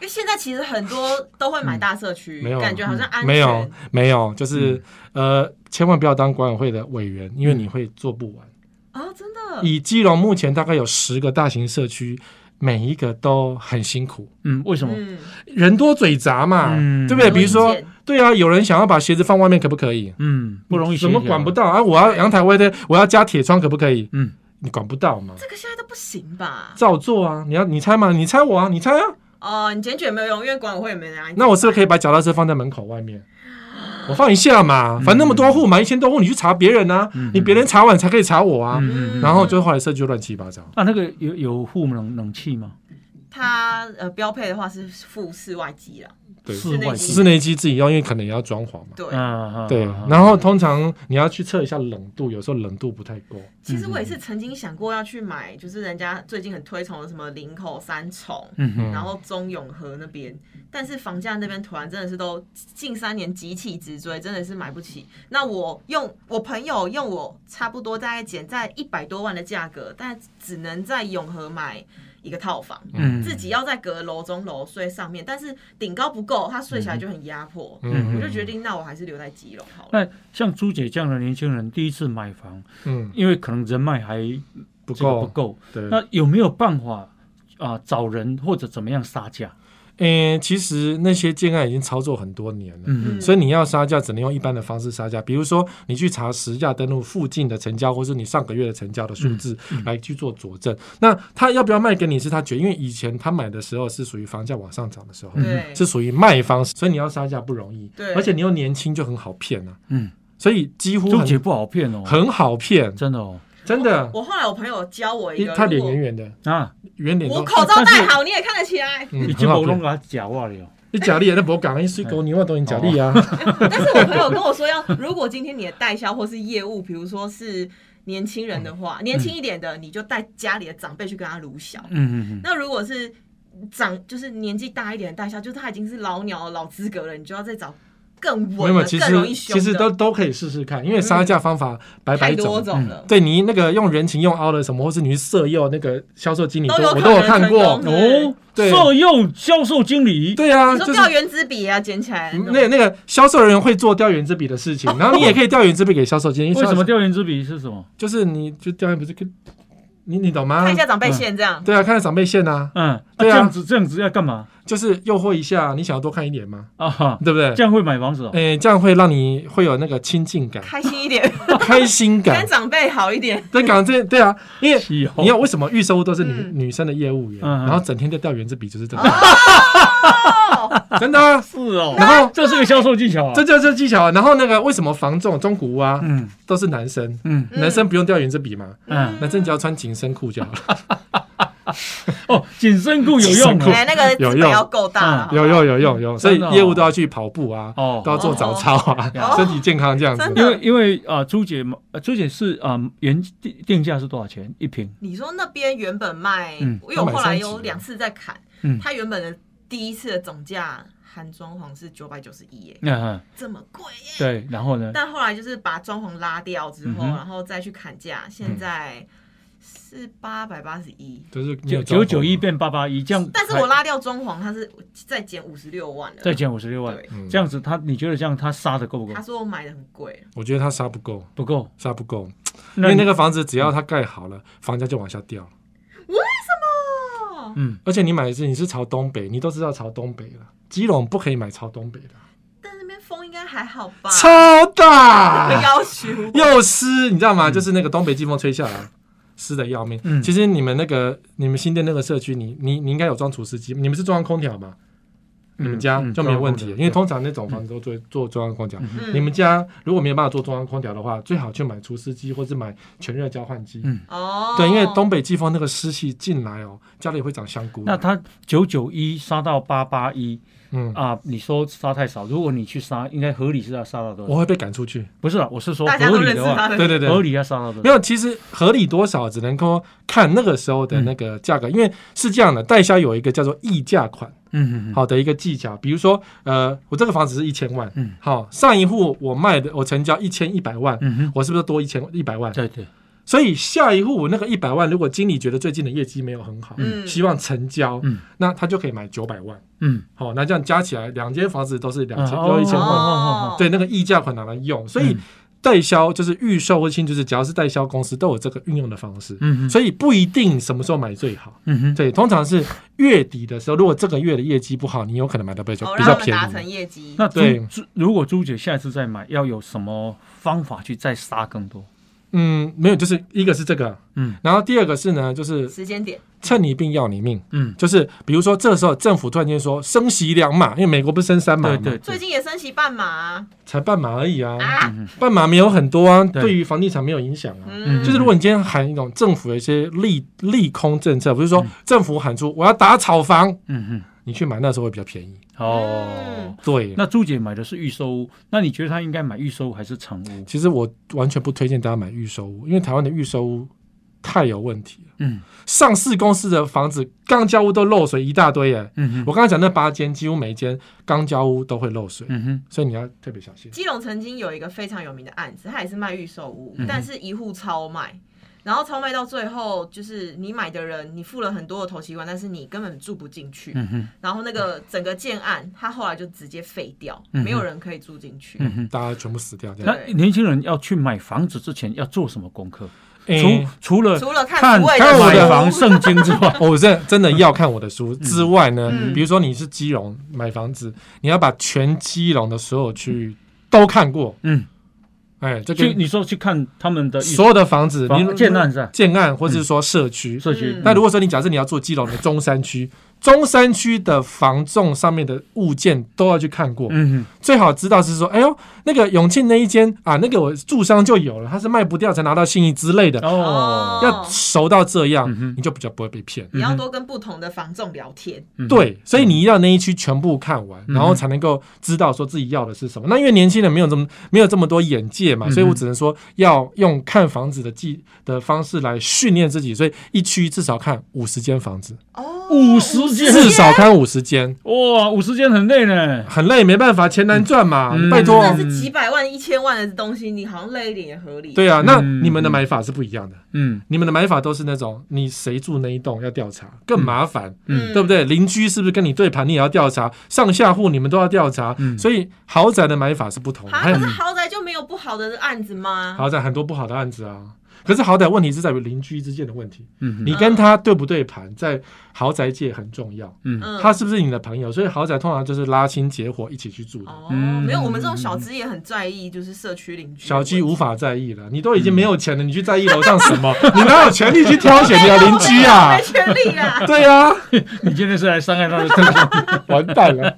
S3: 因为现在其实很多都会买大社区，
S2: 嗯没有
S3: 感觉好像安全，
S2: 没有， 没有，就是、
S1: 嗯
S2: 呃，千万不要当管委会的委员，因为你会做不完。
S3: 啊，真
S1: 嗯
S3: 的，
S2: 以基隆目前大概有十个大型社区，每一个都很辛苦，
S1: 嗯，为什么？
S3: 嗯，
S2: 人多嘴杂嘛，
S1: 嗯
S2: 对不对？比如
S3: 很
S2: 说
S3: 多意见，
S2: 对啊，有人想要把鞋子放外面，可不可以？
S1: 嗯，不容易，
S2: 怎么管不？到啊？我要阳台外的，我要加铁窗，可不可以？
S1: 嗯，
S2: 你管不到嘛？
S3: 这个现在都不行吧？
S2: 照做啊！你要你猜嘛？你猜我啊？你猜啊？
S3: 哦、你检举也没有用，因为管委会也没人来。
S2: 那我是不是可以把脚踏车放在门口外面？我放一下嘛，
S1: 嗯
S2: 反正那么多户嘛，一千多户，你去查别人啊，你别人查完才可以查我啊。
S1: 嗯，
S2: 然后就后来社区就乱七八糟，
S1: 啊，那个有有户冷冷气吗？
S3: 它呃标配的话是附室外机啦，
S2: 对，
S1: 室外
S3: 室
S2: 室内机自己用，因为可能也要装潢嘛。
S3: 对。
S1: 啊啊，
S2: 对
S1: 啊，
S2: 然后通常你要去测一下冷度，有时候冷度不太够。
S3: 其实我也是曾经想过要去买，就是人家最近很推崇的什么林口、三重，
S1: 嗯哼，
S3: 然后中永和那边，但是房价那边突然真的是都近三年急起直追，真的是买不起。那我用我朋友用我差不多大概减在一百多万的价格，但只能在永和买一个套房，
S1: 嗯
S3: 自己要在隔楼中楼睡上面，但是顶高不够，他睡起来就很压迫。
S1: 嗯
S3: 我就决定，那我还是留在基隆好了。
S1: 那像朱姐这样的年轻人，第一次买房，
S2: 嗯
S1: 因为可能人脉还
S2: 不
S1: 这个不
S2: 够，
S1: 够，
S2: 对。
S1: 那有没有办法啊找人或者怎么样杀价？
S2: 诶，其实那些建案已经操作很多年了。
S1: 嗯
S3: 嗯
S2: 所以你要杀价，只能用一般的方式杀价，比如说你去查实价登录附近的成交，或是你上个月的成交的数字
S1: 嗯
S2: 来去做佐证。那他要不要卖给你是他决定，因为以前他买的时候是属于房价往上涨的时候，
S1: 嗯
S3: 对，
S2: 是属于卖方，所以你要杀价不容易。
S3: 对
S2: 而且你又年轻就很好骗啊，
S1: 嗯，
S2: 所以几乎
S1: 朱姐
S2: 很
S1: 不好骗哦，
S2: 很好骗，
S1: 真的哦
S2: 真的。
S3: 我后来我朋友教我一
S2: 因
S3: 个，
S2: 他脸
S3: 如果
S2: 圆圆的，
S1: 啊，
S2: 圆脸
S3: 我
S2: 都
S3: 口罩
S1: 但是
S3: 戴好，你也看得起来。
S2: 嗯
S1: 已
S2: 很
S1: 经
S2: 好
S1: 不弄
S2: 骗。
S1: 给他假话了，哦
S2: 你假力也在博港，你水狗你万都你假力啊。
S3: 但是我朋友跟我说要， 如果今天你的代销或是业务，比如说是年轻人的
S2: 嗯
S3: 话，年轻一点的，你就带家里的长辈去跟他撸小。
S1: 嗯嗯嗯，
S3: 那如果是长就是年纪大一点的代销，就是他已经是老鸟老资格了，你就要再找更
S2: 没
S3: 稳
S2: 有，
S3: 的、
S2: 其
S3: 更容易
S2: 实
S3: 凶的嗯
S2: 其实都都可以试试看，因为杀价方法百百
S3: 太
S2: 种
S3: 多。种了。
S2: 对你那个用人情用凹的什么，或是你去色诱那个销售经理，
S3: 都
S2: 都
S3: 有
S2: 我
S3: 可
S2: 都有
S3: 能
S2: 看
S3: 成
S2: 过
S3: 功。
S1: 哦，
S2: 对
S1: 色诱销售经理，
S2: 对啊，
S3: 你
S2: 就
S3: 说
S2: 是嗯
S3: 掉原子笔也要啊捡起来，
S2: 那那个销售人员会做调研之笔的事 情，然后你也可以调研之笔给销售经理。因
S1: 为什
S2: 销售
S1: 么调研之笔是什么？
S2: 就是你就调研不是跟你你懂吗
S3: 看一？下长辈线这样。
S2: 对啊，看看长辈线啊，
S1: 嗯，啊这
S2: 对啊
S1: 样子这样子要干嘛
S2: 就是诱惑一下，你想要多看一点吗？
S1: 啊？哈，
S3: 嗯
S2: 对不对？
S1: 这样会买房子哦？
S2: 诶，这样会让你会有那个亲近 感、
S3: 开心 一点，
S2: 开心感
S3: 跟。长辈好一点，
S2: 对，港这对啊，因为
S1: 是哦
S2: 你看为什么预售都是女
S3: 嗯
S2: 女生的业务员，
S1: 嗯嗯
S2: 然后整天在调原子笔，就是这个，
S3: 哦，
S2: 真的啊，
S1: 是哦，
S2: 然后
S1: 这是个销售技巧啊。
S2: 这就是技巧啊。然后那个为什么防重中古屋啊
S1: 嗯
S2: 都是男生，
S1: 嗯
S3: 嗯
S2: 男生不用调原子笔嘛，
S1: 嗯，
S2: 男生只要穿紧身裤就好了。
S1: 哦，紧身裤有用
S2: 紧身裤
S1: 哦。
S3: 哎，那个
S2: 有
S3: 资本
S2: 用
S3: 要够大了，好不好
S2: 有有有有有，所以
S1: 真的哦
S2: 业务都要去跑步啊，
S1: 哦
S2: 都要做早操啊
S3: 哦，
S2: 身体健康这样子
S3: 真。的
S1: 因为因为啊、呃朱姐嘛，呃朱姐是啊、呃原定定价是多少钱一瓶？
S3: 你说那边原本卖，
S1: 嗯
S3: 因为我后来有两次在砍，
S1: 嗯
S3: 它原本的第一次的总价含装潢是九百九十一耶，
S1: 那、嗯、
S3: 这么贵耶！
S1: 对，然后呢？
S3: 但后来就是把装潢拉掉之后，
S1: 嗯哼
S3: 然后再去砍价，
S2: 嗯
S3: 现在是八百八十一。
S2: 就是没
S1: 九
S2: 有
S1: 九
S2: 装
S1: 九
S2: 潢
S1: 一变八八一，这样
S3: 但是我拉掉装潢，它是再减五十六万了。
S1: 再减五十六万
S3: 对，
S2: 嗯
S1: 这样子他你觉得这样他杀的够不够
S3: 他？说我买的很贵，
S2: 我觉得他杀不够，
S1: 不够，
S2: 杀不够，因
S1: 那
S2: 为
S1: 你
S2: 那个房子只要它盖好了，房价就往下掉。
S3: 哦，
S1: 嗯
S2: 而且你买的是你是朝东北，你都知道朝东北了，基隆不可以买朝东北的，
S3: 但那边风应该还好吧？
S2: 超
S3: 不
S2: 大
S3: 要求
S2: 又湿，你知道吗？就是那个东北季风吹下来。湿的要命。
S1: 嗯
S2: 其实你们那个、你们新店那个社区，你、你、你应该有装除湿机，你们是装空调吧？你们家
S1: 嗯嗯
S2: 就没有问题
S1: 中央空
S2: 了，
S1: 调
S2: 因为通常那种房子都做做中央空调。
S3: 嗯
S2: 你们家如果没有办法做中央空调的话，最好去买除湿机或是买全热交换机。
S1: 嗯
S3: 哦，
S2: 对，因为东北季风那个湿气进来哦，家里会长香菇。
S1: 那它九九一杀到八八一
S2: 嗯，
S1: 啊，你说杀太少，如果你去杀，应该合理是要杀到多
S2: 我
S1: 少？
S2: 会被赶出去。
S1: 不是啊，我是说
S3: 大家
S1: 合
S3: 都
S1: 理
S3: 认识
S1: 的话，
S3: 他
S2: 对
S3: 的，
S2: 对对，
S1: 合理要啊杀到多
S2: 没
S1: 少？
S2: 有，其实合理多少只能够看那个时候的那个价格，因为是这样的，代销有一个叫做溢价款
S1: 嗯嗯嗯，
S2: 好的一个技巧，比如说，呃，我这个房子是一千万，
S1: 嗯，
S2: 好，上一户我卖的我成交一千一百万，
S1: 嗯哼，
S2: 我是不是多一千一百万？
S1: 对对，
S2: 所以下一户我那个一百万，如果经理觉得最近的业绩没有很好，
S3: 嗯
S2: 希望成交，
S1: 嗯
S2: 那他就可以买九百万，
S1: 嗯，
S2: 好，那这样加起来两间房子都是两千
S1: 啊
S2: 都一千
S1: 哦
S2: 万，
S1: 哦
S3: 哦，
S2: 对，那个溢价款拿来用，所以
S1: 嗯
S2: 代销就是预售或新，就是只要是代销公司都有这个运用的方式，
S1: 嗯哼，
S2: 所以不一定什么时候买最好。
S1: 嗯哼，
S2: 对，通常是月底的时候，如果这个月的业绩不好，你有可能买的比较
S3: 哦，
S2: 比
S3: 让
S2: 较
S3: 他们
S2: 便
S3: 达成
S2: 宜。
S3: 业绩。
S1: 那朱
S2: 对
S1: 朱如果朱姐下一次再买，要有什么方法去再杀更多？
S2: 嗯，没有，就是一个是这个，
S1: 嗯
S2: 然后第二个是呢，就是
S3: 时间点，
S2: 趁你病要你命，
S1: 嗯，
S2: 就是比如说这时候政府突然间说升息两码，因为美国不是升三码
S1: 对
S2: 嘛，
S1: 对
S3: 最
S1: 对，
S3: 近也升息半码啊，
S2: 才半码而已啊，
S3: 啊
S2: 半码没有很多啊，
S1: 对
S2: 对于房地产没有影响啊。
S1: 嗯
S3: 嗯，
S2: 就是如果你今天喊一种政府的一些利利空政策，不是说政府喊出我要打炒房，
S1: 嗯哼，
S2: 你去买那时候会比较便宜。
S3: 嗯
S1: 哦。
S2: 对，
S1: 那朱姐买的是预售屋，那你觉得她应该买预售屋还是成屋？
S2: 其实我完全不推荐大家买预售屋，因为台湾的预售屋太有问题了。
S1: 嗯
S2: 上市公司的房子钢交屋都漏水一大堆耶。
S1: 嗯哼，
S2: 我刚才讲那八间，几乎每一间钢交屋都会漏水，
S1: 嗯哼，
S2: 所以你要特别小心。
S3: 基隆曾经有一个非常有名的案子，它也是卖预售屋，
S1: 嗯
S3: 但是一户超卖，然后超卖到最后，就是你买的人，你付了很多的头期款，但是你根本住不进去，
S1: 嗯哼，
S3: 然后那个整个建案，它后来就直接废掉，
S1: 嗯哼
S3: 没有人可以住进去。
S1: 嗯哼。
S2: 大家全部死掉这样。
S1: 那年轻人要去买房子之前要做什么功课？除
S2: 诶
S1: 除了
S3: 除了看
S1: 看
S3: 土味
S2: 看
S3: 的
S2: 我
S1: 买
S2: 的
S3: 书
S1: 房圣经之 外，
S2: 哦我真的真的要看我的书之外呢，
S3: 嗯
S2: 比如说你是基隆买房子，你要把全基隆的所有区域都看过，
S1: 嗯，
S2: 哎，这
S1: 去
S2: 个
S1: 你说去看他们的
S2: 所有的房子，
S1: 房
S2: 你
S1: 建案是吧？
S2: 建案或者是说社区。
S1: 社区
S3: 嗯。
S2: 那如果说你假设你要做基隆的中山区，中山区的房仲上面的物件都要去看过，
S1: 嗯
S2: 最好知道是说，哎呦，那个永庆那一间啊，那个我住商就有了，他是卖不掉才拿到信义之类的
S1: 哼，，哦，
S2: 要熟到这样
S1: 嗯，哼嗯
S2: 你就比较不会被骗。
S3: 你要多跟不同的房仲聊天，
S1: 嗯哼，
S2: 对，所以你要那一区全部看完，
S1: 嗯
S2: 然后才能够知道说自己要的是什么。那因为年轻人没有这么没有这么多眼界嘛，
S1: 嗯
S2: 所以我只能说要用看房子的技的方式来训练自己。所以一区至少看五十间房子，
S3: 哦，
S1: 五十间
S2: 至少看五十间，
S1: 哇，五十间很累呢。
S2: 很累没办法，钱难赚嘛，
S1: 嗯
S2: 拜托。
S3: 但是几百万、一千万的东西，你好像累一点也合理。
S2: 对啊，那
S1: 嗯
S2: 你们的买法是不一样的。
S1: 嗯
S2: 你们的买法都是那种你谁住那一栋要调查，更麻烦，
S3: 嗯，
S2: 对不对？邻居是不是跟你对盘，你也要调查，上下户你们都要调查，
S1: 嗯
S2: 所以豪宅的买法是不同的。
S3: 啊，
S2: 还有
S3: 可是豪宅就没有不好的案子吗？
S2: 豪宅很多不好的案子啊。可是好歹问题是在于邻居之间的问题，
S1: 嗯
S2: 你跟他对不对盘，在豪宅界很重要。
S1: 嗯
S3: 嗯，
S2: 他是不是你的朋友？所以豪宅通常就是拉亲结伙一起去住的。
S3: 哦，
S1: 嗯
S3: 没有，我们这种小资也很在意，就是社区邻居。
S2: 小鸡无法在意了，你都已经没有钱了，你去在意楼上什么？你哪有权利去挑选你的邻居 啊
S3: 没？权 利啦。
S2: 对啊，
S1: 你今天是来伤害他的 正常
S2: 完蛋了。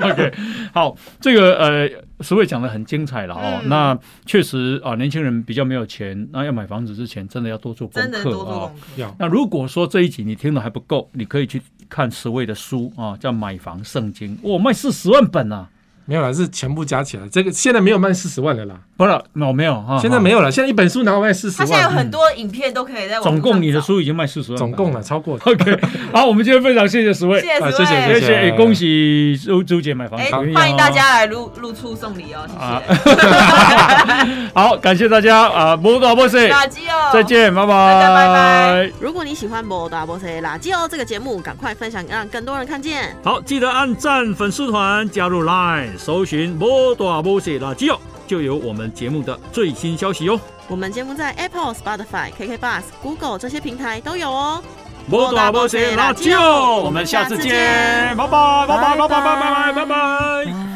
S1: OK，好，这个呃，石伟讲的很精彩了哦。
S3: 嗯
S1: 那确实啊，年轻人比较没有钱，那要买房子之前，真的要多做功
S3: 真的
S1: 课
S3: 多做
S1: 啊
S3: 功。课，
S2: 要
S1: 那如果说这一集你听的还不够，你可以去看十位的书啊，叫《买房圣经》，我卖四十万本啊！
S2: 没有了，是全部加起来。这个现在没有卖四十万的啦，
S1: 不是，我没有哈，
S2: 现在没有了，现在一本书哪有卖四十
S3: 啊他现在有
S2: 万？嗯
S3: 很多影片都可以在网
S1: 总
S3: 络上
S1: 共你的
S3: 找，
S1: 书已经卖四十万本
S2: 总
S1: 了，
S2: 共了超过。
S1: OK。好，我们今天非常谢谢十位
S3: 谢，谢
S2: 啊
S3: 各
S2: 谢谢
S3: 位
S1: 谢
S2: 谢
S1: 谢，也恭喜周周姐买房
S3: 哎
S1: 子，
S4: 啊
S3: 欢迎大。家来入入出送礼哦，
S1: 啊
S3: 谢
S1: 好，感谢大家啊，摩导博士，
S3: 谢，垃圾哦，
S1: 再。见，拜拜，
S3: 大家拜拜。
S4: 如果你喜欢《摩达波塞垃圾哦》这个节目，赶快分享，让更多人看见。
S1: 好，记得按赞粉丝团，加入 Line，搜寻摩导博士垃圾哦，就有我们节目的最新消息哟。
S4: 我们节目在 Apple、Spotify、KK Bus、Google 这些平台都有哦。
S1: 摩导博士垃圾哦，我们下次见，拜拜，拜拜，拜拜，拜拜，拜拜。
S4: 拜。